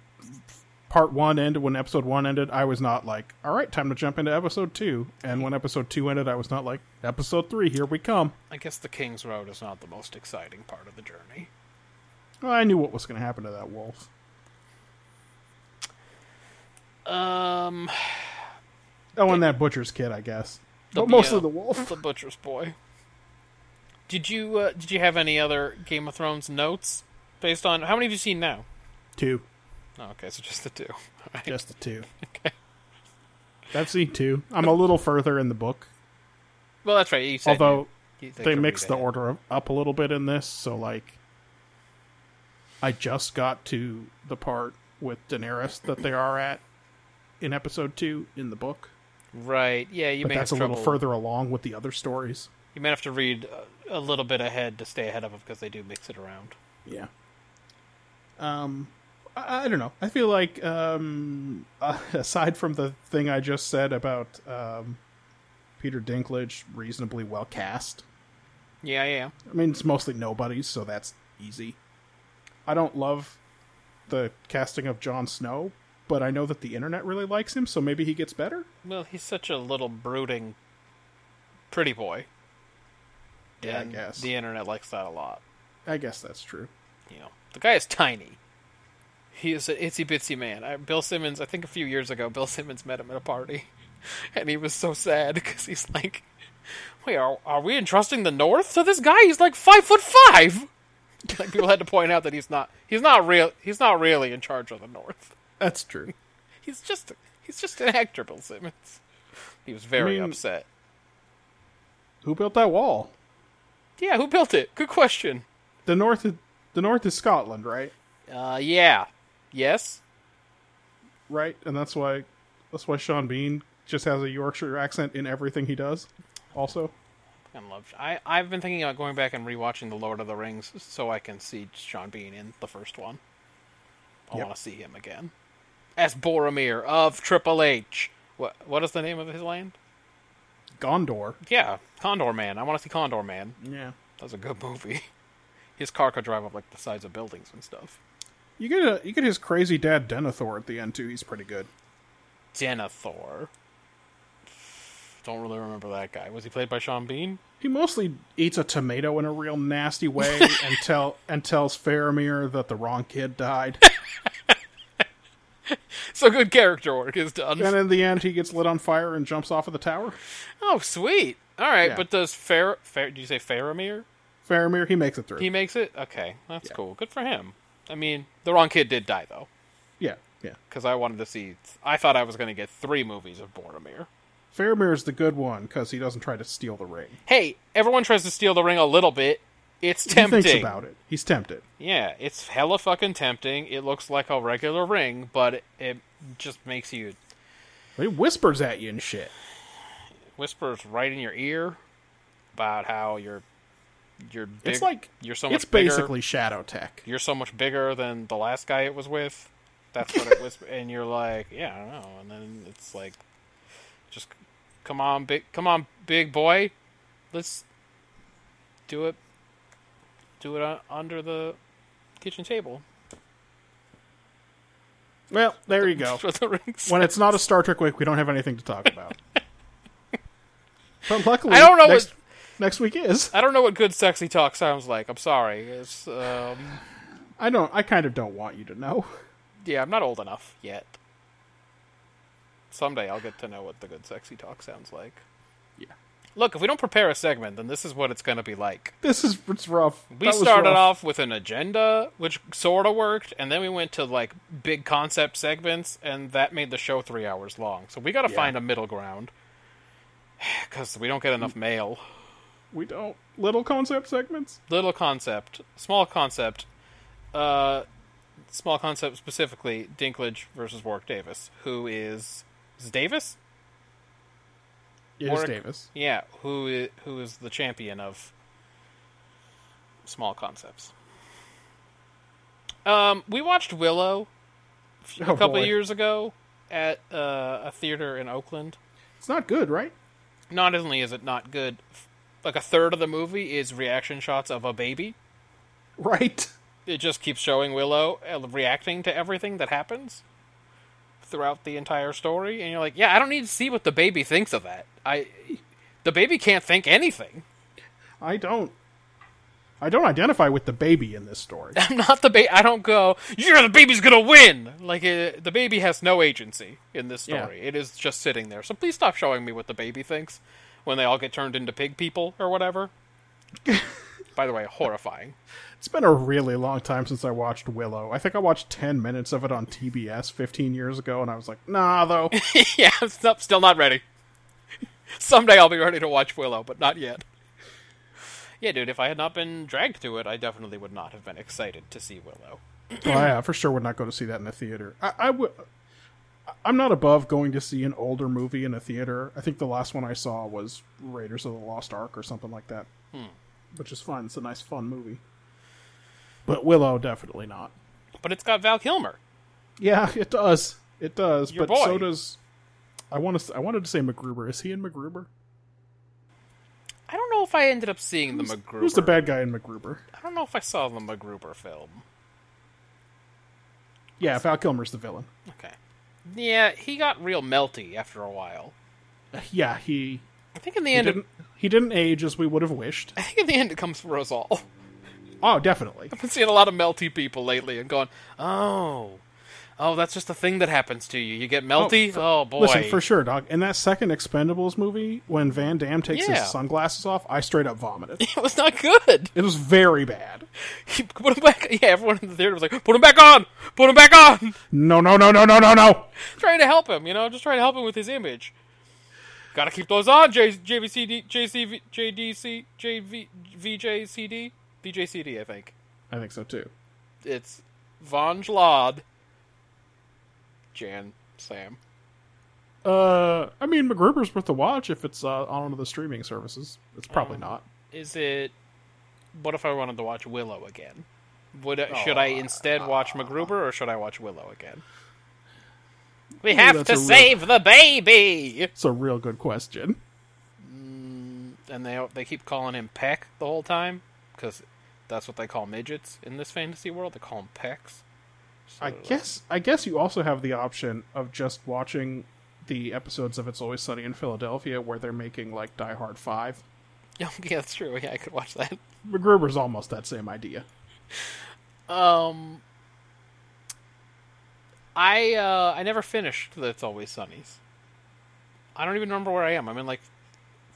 C: part one ended when episode one ended i was not like all right time to jump into episode two and when episode two ended i was not like episode three here we come
B: I guess the King's Road is not the most exciting part of the journey.
C: well, i knew what was going to happen to that wolf
B: Um
C: oh and that butcher's kid i guess
B: The-
C: but mostly
B: yeah.
C: the wolf
B: the butcher's boy. Did you uh, did you have any other Game of Thrones notes based on how many have you seen now?
C: two
B: Oh, okay, so just the two. Alright.
C: just the two that's e two i'm a little further in the book
B: Well, that's right. You said
C: although
B: you- you think
C: they
B: you'll
C: mixed
B: read
C: the
B: ahead.
C: order up a little bit in this, so like I just got to the part with Daenerys that they are at in episode two in the book,
B: Right? Yeah, you
C: but
B: may
C: that's a
B: have trouble.
C: little further along with the other stories.
B: You may have to read uh, a little bit ahead to stay ahead of them because they do mix it around.
C: Yeah. Um, I, I don't know. I feel like um, aside from the thing I just said about um, Peter Dinklage, reasonably well cast.
B: Yeah, yeah.
C: I mean, it's mostly nobodies, so that's easy. I don't love the casting of Jon Snow, but I know that the internet really likes him, so maybe he gets better.
B: Well, he's such a little brooding, pretty boy.
C: Yeah, I
B: and
C: guess.
B: the internet likes that a lot.
C: I guess that's true.
B: You know, the guy is tiny. He is an itsy bitsy man. I, Bill Simmons, I think a few years ago, Bill Simmons met him at a party, and he was so sad because he's like, "Wait, are, are we entrusting the North to this guy? He's like five foot five. Like people had to point out that he's not. He's not real. He's not really in charge of the North.
C: That's true.
B: He's just. He's just an actor, Bill Simmons. He was very
C: I mean-
B: upset.
C: Who built that wall?
B: Yeah, who built it? Good question.
C: The north, is, the north is Scotland, right?
B: Uh, yeah. Yes.
C: Right, and that's why, that's why Sean Bean just has a Yorkshire accent in everything he does. Also,
B: I love. I I've been thinking about going back and rewatching The Lord of the Rings so I can see Sean Bean in the first one. I
C: Yep.
B: want to see him again as Boromir of Triple H. What what is the name of his land?
C: Gondor.
B: Yeah, Condor Man. I want to see Condor Man.
C: Yeah,
B: That's a good movie. His car could drive up like the sides of buildings and stuff.
C: you get a, you get his crazy dad Denethor at the end too. He's pretty good.
B: Denethor. Don't really remember that guy. Was he played by Sean Bean?
C: He mostly eats a tomato in a real nasty way and tell and tells Faramir that the wrong kid died.
B: So good character work is done.
C: and in the end, he gets lit on fire and jumps off of the tower.
B: Oh, sweet. All right,
C: Yeah.
B: but does Far? Far- do you say Faramir?
C: Faramir, he makes it through.
B: He makes it. Okay, that's
C: Yeah.
B: cool. Good for him. I mean, the wrong kid did die though,
C: yeah, yeah.
B: because I wanted to see. I thought I was going to get three movies of Boromir.
C: Faramir's the good one because he doesn't try to steal the ring.
B: Hey, everyone tries to steal the ring a little bit. It's
C: He
B: tempting.
C: thinks about it. He's tempted.
B: Yeah, it's hella fucking tempting. It looks like a regular ring, but it, it just makes you
C: He whispers at you and shit.
B: whispers right in your ear about how you're you're big,
C: it's like
B: you're so
C: It's
B: much bigger.
C: basically shadow tech.
B: you're so much bigger than the last guy it was with. That's what it was, and you're like, yeah, I don't know. And then it's like, just come on, big, come on, big boy, let's do it, do it un- under the kitchen table.
C: Well, there you go.
B: For the rings.
C: when it's not a Star Trek week, we don't have anything to talk about. but luckily,
B: I don't know
C: Next,
B: what-
C: next week is.
B: I don't know what good sexy talk sounds like. I'm sorry. It's um,
C: I don't. I kind of don't want you to know.
B: yeah, I'm not old enough yet. Someday I'll get to know what the good sexy talk sounds like.
C: Yeah.
B: Look, if we don't prepare a segment, then this is what it's going to be like.
C: This is it's rough.
B: We
C: That was
B: started
C: rough.
B: off with an agenda, which sort of worked, and then we went to like big concept segments, and that made the show three hours long. So we got to
C: Yeah.
B: find a middle ground because we don't get enough mail.
C: We don't little concept segments.
B: Little concept, small concept, uh, small concept specifically Dinklage versus Warwick Davis, who is, is Davis?
C: Yes,
B: Warwick-
C: Davis.
B: Yeah, who is, who is the champion of small concepts. Um, we watched Willow
C: Oh,
B: a couple
C: boy.
B: of years ago at uh, a theater in Oakland.
C: It's not good, right?
B: Not only is it not good, f- like a third of the movie is reaction shots of a baby.
C: Right.
B: It just keeps showing Willow uh, reacting to everything that happens throughout the entire story, and you're like, yeah, I don't need to see what the baby thinks of that. I, the baby can't think anything.
C: I don't. I don't identify with the baby in this story.
B: I'm not the baby. I don't go. Yeah, the baby's gonna win. Like it, the baby has no agency in this
C: Yeah.
B: story. It is just sitting there. So please stop showing me what the baby thinks when they all get turned into pig people or whatever. By the way, horrifying.
C: It's been a really long time since I watched Willow. I think I watched 10 minutes of it on TBS 15 years ago, and I was like, nah, though.
B: yeah, I'm still, still not ready. Someday I'll be ready to watch Willow, but not yet. Yeah, dude. If I had not been dragged to it, I definitely would not have been excited to see Willow.
C: Well, Oh, yeah, I for sure would not go to see that in a theater. I, I would. I'm not above going to see an older movie in a theater. I think the last one I saw was Raiders of the Lost Ark or something like that,
B: Hmm.
C: which is fun. It's a nice, fun movie. But Willow, definitely not.
B: But it's got Val Kilmer.
C: Yeah, it does. It does.
B: Your
C: but so
B: boy.
C: does. I want to. I wanted to say MacGruber. Is he in MacGruber?
B: I don't know if I ended up seeing the MacGruber.
C: Who's the bad guy in MacGruber?
B: I don't know if I saw the MacGruber film.
C: Yeah, Val Kilmer's the villain.
B: Okay. Yeah, he got real melty after a while.
C: Yeah, he
B: I think in the end,
C: didn't. He didn't age as we would have wished.
B: I think in the end it comes from us all.
C: Oh, definitely.
B: I've been seeing a lot of melty people lately and going, oh, oh, that's just a thing that happens to you. You get melty? Oh, boy.
C: Listen, for sure, dog. In that second Expendables movie, when Van Damme takes
B: Yeah.
C: his sunglasses off, I straight up vomited.
B: It was not good.
C: it was very bad.
B: He put him back. Yeah, everyone in the theater was like, put him back on! Put him back on!
C: No, no, no, no, no, no, no.
B: trying to help him, you know, just trying to help him with his image. Gotta keep those on, J- JVCD, JCV, JDC, JV, VJCD, VJCD, I think.
C: I think so too.
B: It's Von Jlod, Jan, Sam.
C: Uh, I mean, MacGruber's worth a watch if it's uh, on one of the streaming services. It's probably
B: Mm.
C: not.
B: Is it, what if I wanted to watch Willow again? Would I, should I instead watch MacGruber or should I watch Willow again? We have
C: that's
B: to
C: a real-
B: save the baby,
C: It's a real good question.
B: and they they keep calling him Peck the whole time because that's what they call midgets in this fantasy world. They call them Pecks.
C: I guess I guess you also have the option of just watching the episodes of It's Always Sunny in Philadelphia where they're making like Die Hard Five.
B: Yeah, that's true. Yeah, I could watch that.
C: MacGruber's almost that same idea.
B: Um, I uh, I never finished the It's Always Sunny's. I don't even remember where I am. I'm in like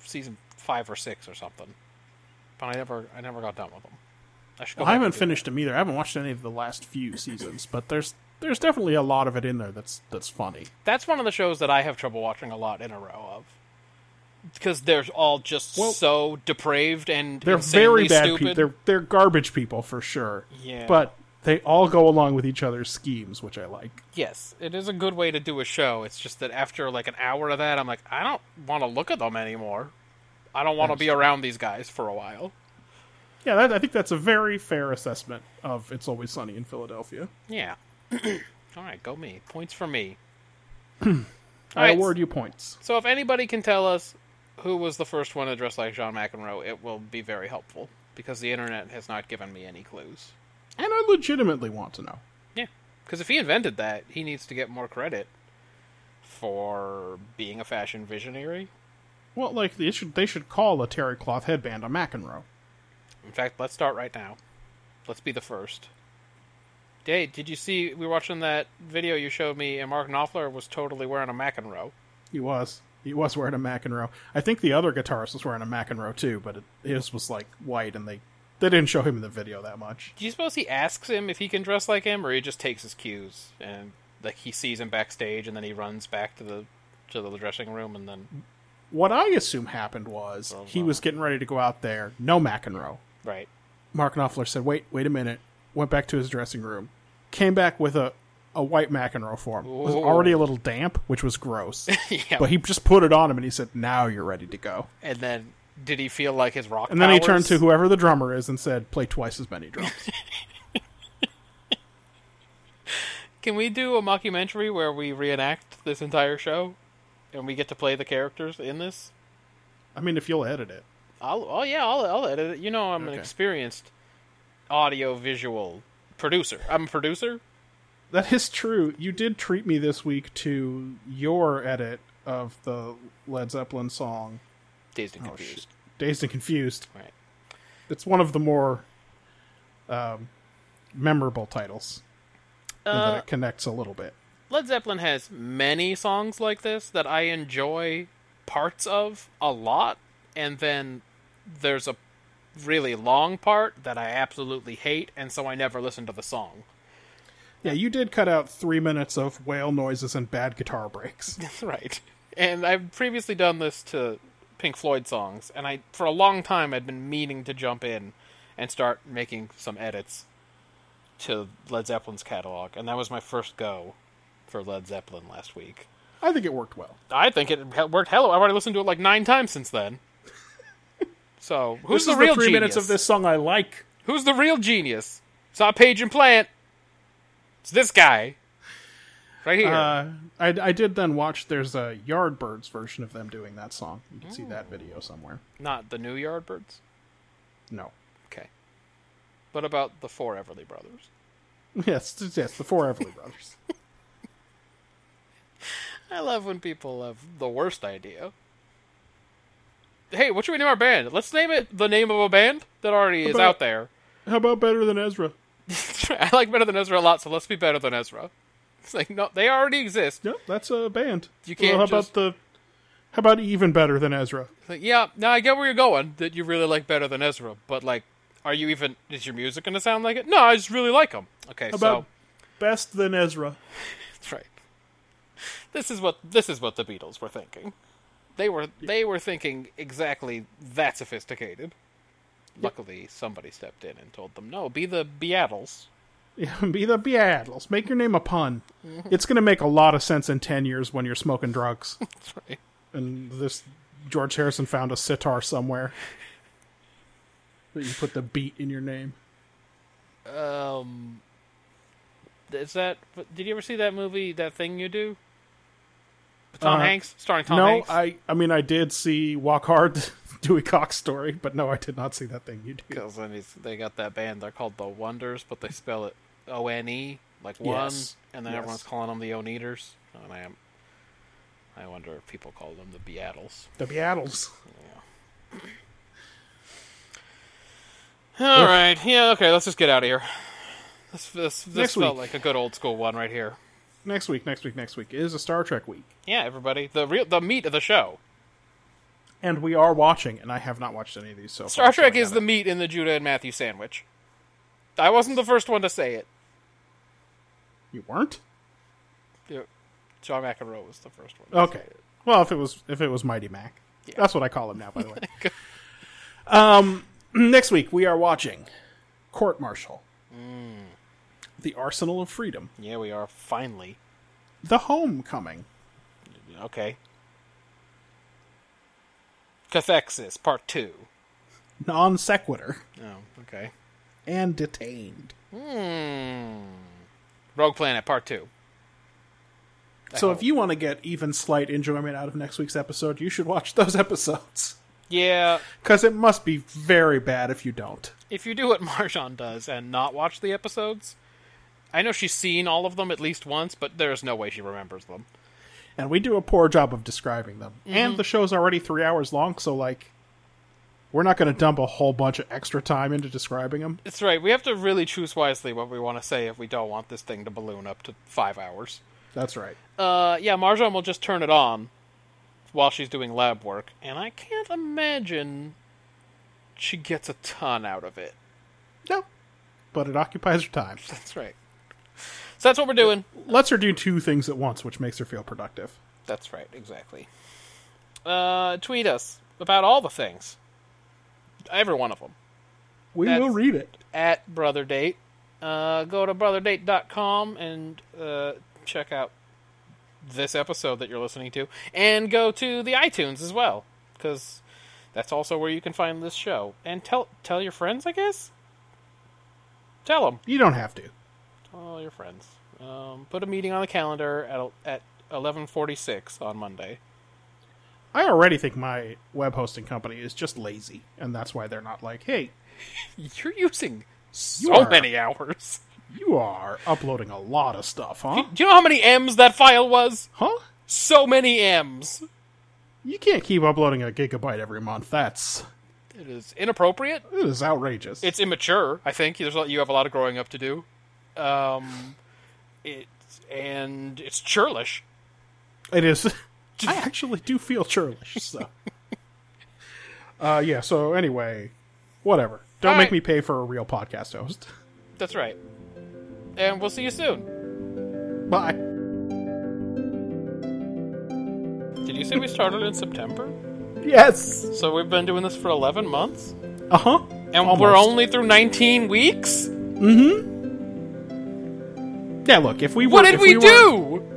B: season five or six or something, but I never I never got done with them. I should. Go
C: Well, I
B: back and
C: haven't
B: do
C: finished them either. I haven't watched any of the last few seasons, but there's there's definitely a lot of it in there that's that's funny.
B: that. That's one of the shows that I have trouble watching a lot in a row of. Because they're all just
C: Well,
B: so depraved and
C: They're
B: insanely
C: very bad
B: stupid.
C: people. They're they're garbage people for sure.
B: Yeah.
C: But they all go along with each other's schemes, which I like.
B: Yes, it is a good way to do a show. It's just that after like an hour of that, I'm like, I don't want to look at them anymore. I don't want to be around these guys for a while.
C: Yeah, that, I think that's a very fair assessment of It's Always Sunny in Philadelphia.
B: Yeah. All right, go me. Points for me.
C: I
B: Alright.
C: award you points.
B: So if anybody can tell us who was the first one to dress like John McEnroe, it will be very helpful because the internet has not given me any clues.
C: And I legitimately want to know.
B: Yeah. Because if he invented that, he needs to get more credit for being a fashion visionary.
C: Well, like they should they should call a terry cloth headband a McEnroe.
B: In fact, let's start right now. Let's be the first. Hey, did you see we were watching that video you showed me and Mark Knopfler was totally wearing a McEnroe.
C: He was he was wearing a McEnroe. I think the other guitarist was wearing a McEnroe too, but it, his was like white, and they they didn't show him in the video that much.
B: Do you suppose he asks him if he can dress like him or he just takes his cues and like he sees him backstage and then he runs back to the to the dressing room and then
C: What I assume happened was he was getting ready to go out there, no McEnroe.
B: right.
C: Mark Knopfler said, "Wait, wait a minute." Went back to his dressing room, came back with a a white McEnroe form. It was
B: Ooh.
C: already a little damp, which was gross.
B: Yeah.
C: But he just put it on him, and he said, "Now you're ready to go."
B: And then did he feel like his rock
C: And then he
B: powers-
C: turned to whoever the drummer is and said, "Play twice as many drums."
B: Can we do a mockumentary where we reenact this entire show and we get to play the characters in this?
C: I mean, if you'll edit it,
B: I'll, oh yeah, I'll, I'll edit it. You know, I'm an
C: Okay.
B: experienced audio visual producer. I'm a producer.
C: that is true. You did treat me this week to your edit of the Led Zeppelin song
B: Dazed
C: Oh,
B: and confused.
C: "Dazed and Confused."
B: right.
C: It's one of the more um, memorable titles, in that
B: Uh,
C: it connects a little bit.
B: Led Zeppelin has many songs like this that I enjoy parts of a lot, and then there's a really long part that I absolutely hate, and so I never listen to the song.
C: Yeah, you did cut out three minutes of whale noises and bad guitar breaks.
B: right. And I've previously done this to Pink Floyd songs, and I for a long time I'd been meaning to jump in and start making some edits to Led Zeppelin's catalog, and that was my first go for Led Zeppelin last week.
C: I think it worked well.
B: I think it he- worked hell. I've already listened to it like nine times since then. So who's
C: this is
B: the real
C: the three
B: genius?
C: minutes of this song I like.
B: Who's the real genius? It's not Page and Plant. It's this guy, right here.
C: Uh, I, I did then watch. There's a Yardbirds version of them doing that song. You can see
B: Oh.
C: that video somewhere.
B: not the new Yardbirds.
C: No,
B: Okay. What about the four Everly brothers?
C: yes, yes, the four Everly brothers.
B: I love when people have the worst idea. hey, what should we name our band? Let's name it the name of a band that already is
C: About-
B: out there.
C: How about better than Ezra?
B: I like Better Than Ezra a lot, so let's be Better Than Ezra. It's like, no, they already exist.
C: Yep, that's a band.
B: You can't
C: how
B: just-
C: about the? How about even better than Ezra?
B: It's like, yeah, now I get where you're going, that you really like Better Than Ezra, but, like, are you even, is your music going to sound like it? No, I just really like them. Okay,
C: How
B: so.
C: about best than Ezra?
B: That's right. This is what this is what the Beatles were thinking. They were they were thinking exactly that sophisticated. Luckily, somebody stepped in and told them, "No, be the Beatles."
C: Yeah, be the Beatles. Make your name a pun. It's going to make a lot of sense in ten years when you're smoking drugs.
B: That's right.
C: and this George Harrison found a sitar somewhere. That you put the beat in your name.
B: Um, is that? Did you ever see that movie? That thing you do? With Tom
C: Uh,
B: Hanks, starring Tom
C: no,
B: Hanks.
C: I. I mean, I did see Walk Hard, Dewey Cox story, but no, I did not see that thing you do.
B: Because then he's, they got that band. They're called the Wonders, but they spell it O N E, like one,
C: Yes.
B: and then
C: Yes.
B: everyone's calling them the Oneaters. And I am, I wonder if people call them the Beatles.
C: The Beatles.
B: All right, yeah, okay, let's just get out of here. This this this
C: Next
B: felt like
C: week.
B: a good old school one right here.
C: Next week, next week, next week is a Star Trek week,
B: Yeah, everybody, the real the meat of the show.
C: and we are watching. And I have not watched any of these so
B: Star
C: far, so I
B: Trek is
C: gotta-
B: the meat in the Judah and Matthew sandwich. I wasn't the first one to say it.
C: You weren't.
B: Yeah, John McEnroe was the first one. to say
C: Okay.
B: it.
C: Well, if it was if it was Mighty Mac, that's what I call him now. By the way. um, next week we are watching Court Martial,
B: Mm.
C: The Arsenal of Freedom,
B: Yeah, we are finally
C: The Homecoming,
B: Okay. Cathexis, part two.
C: Non Sequitur,
B: Oh, okay.
C: and Detained.
B: Rogue Planet, part two.
C: so
B: hope.
C: if you want to get even slight enjoyment out of next week's episode, you should watch those episodes
B: Yeah,
C: because it must be very bad if you don't.
B: if you do what Marjan does and not watch the episodes, I know she's seen all of them at least once, but there's no way she remembers them.
C: and we do a poor job of describing them. And the show's already three hours long, so like, we're not going to dump a whole bunch of extra time into describing them.
B: It's right, we have to really choose wisely what we want to say if we don't want this thing to balloon up to five hours.
C: That's right.
B: Uh, yeah, Marjan will just turn it on while she's doing lab work, and I can't imagine she gets a ton out of it.
C: Nope. But it occupies her time.
B: That's right. So that's what we're doing.
C: Lets her do two things at once, which makes her feel productive.
B: That's right, exactly. Uh, tweet us about all the things, every one of them.
C: We will
B: That's-
C: read it.
B: At Brother Date, uh, go to brotherdate.com and uh, check out this episode that you're listening to, and go to the iTunes as well, because that's also where you can find this show. And tell tell your friends, I guess. Tell them.
C: You don't have to.
B: all your friends. Um, put a meeting on the calendar at at eleven forty six on Monday.
C: I already think my web hosting company is just lazy, and that's why they're not like, hey,
B: You're using so
C: are-
B: many hours.
C: you are uploading a lot of stuff, huh?
B: Do you know how many M's that file was?
C: Huh?
B: So many M's.
C: You can't keep uploading a gigabyte every month. That's
B: It is inappropriate.
C: it is outrageous.
B: It's immature. I think there's a lot, you have a lot of growing up to do. Um, it's and it's churlish.
C: It is. I actually do feel churlish. So, uh, yeah. So anyway, whatever. Don't
B: All
C: make
B: right.
C: me pay for a real podcast host.
B: That's right. And we'll see you soon.
C: Bye.
B: Did you say we started in September?
C: Yes.
B: So we've been doing this for eleven months.
C: Uh huh.
B: And we're only through 19 weeks?
C: Yeah. Look, if we
B: What
C: were-
B: did
C: if
B: we,
C: were-
B: do?